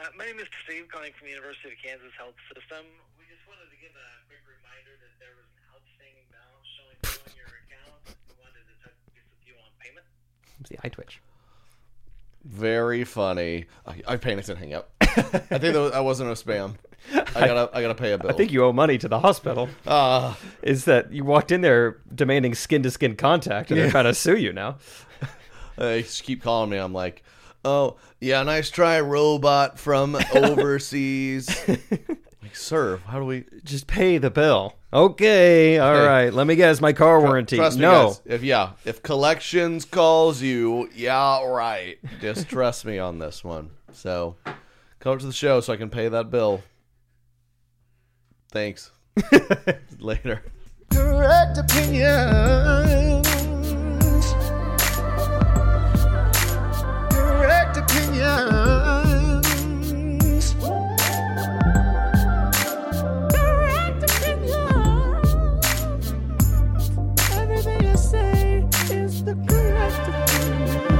S7: Uh, my name is Steve, calling from the University of Kansas Health System. We just wanted to give a quick reminder that there was an outstanding balance showing due on your account. We wanted to touch base with you on payment.
S5: See, I twitch.
S4: Very funny. I, I panicked and hang up. I think that was, I wasn't a spam. I gotta I gotta pay a bill.
S5: I think you owe money to the hospital.
S4: Uh,
S5: is that you walked in there demanding skin to skin contact and they're trying to sue you now.
S4: They just keep calling me. I'm like, oh yeah, nice try, robot from overseas. like, sir, how do we?
S5: Just pay the bill. Okay, all
S4: Okay.
S5: right. Let me guess my car warranty.
S4: Trust me,
S5: no.
S4: guys. If yeah, if collections calls you, yeah, right. Just trust me on this one. So, come up to the show so I can pay that bill. Thanks. Later. Correct opinions. Correct opinions.
S8: Correct opinions. Everything I say is the correct opinion.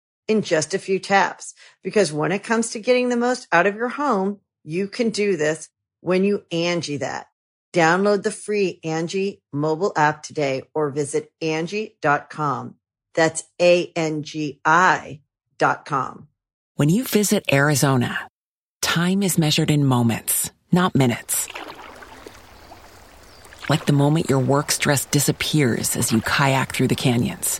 S1: in just a few taps. Because when it comes to getting the most out of your home, you can do this when you Angie that. Download the free Angie mobile app today or visit Angie.com. That's A-N-G-I dot com.
S9: When you visit Arizona, time is measured in moments, not minutes. Like the moment your work stress disappears as you kayak through the canyons,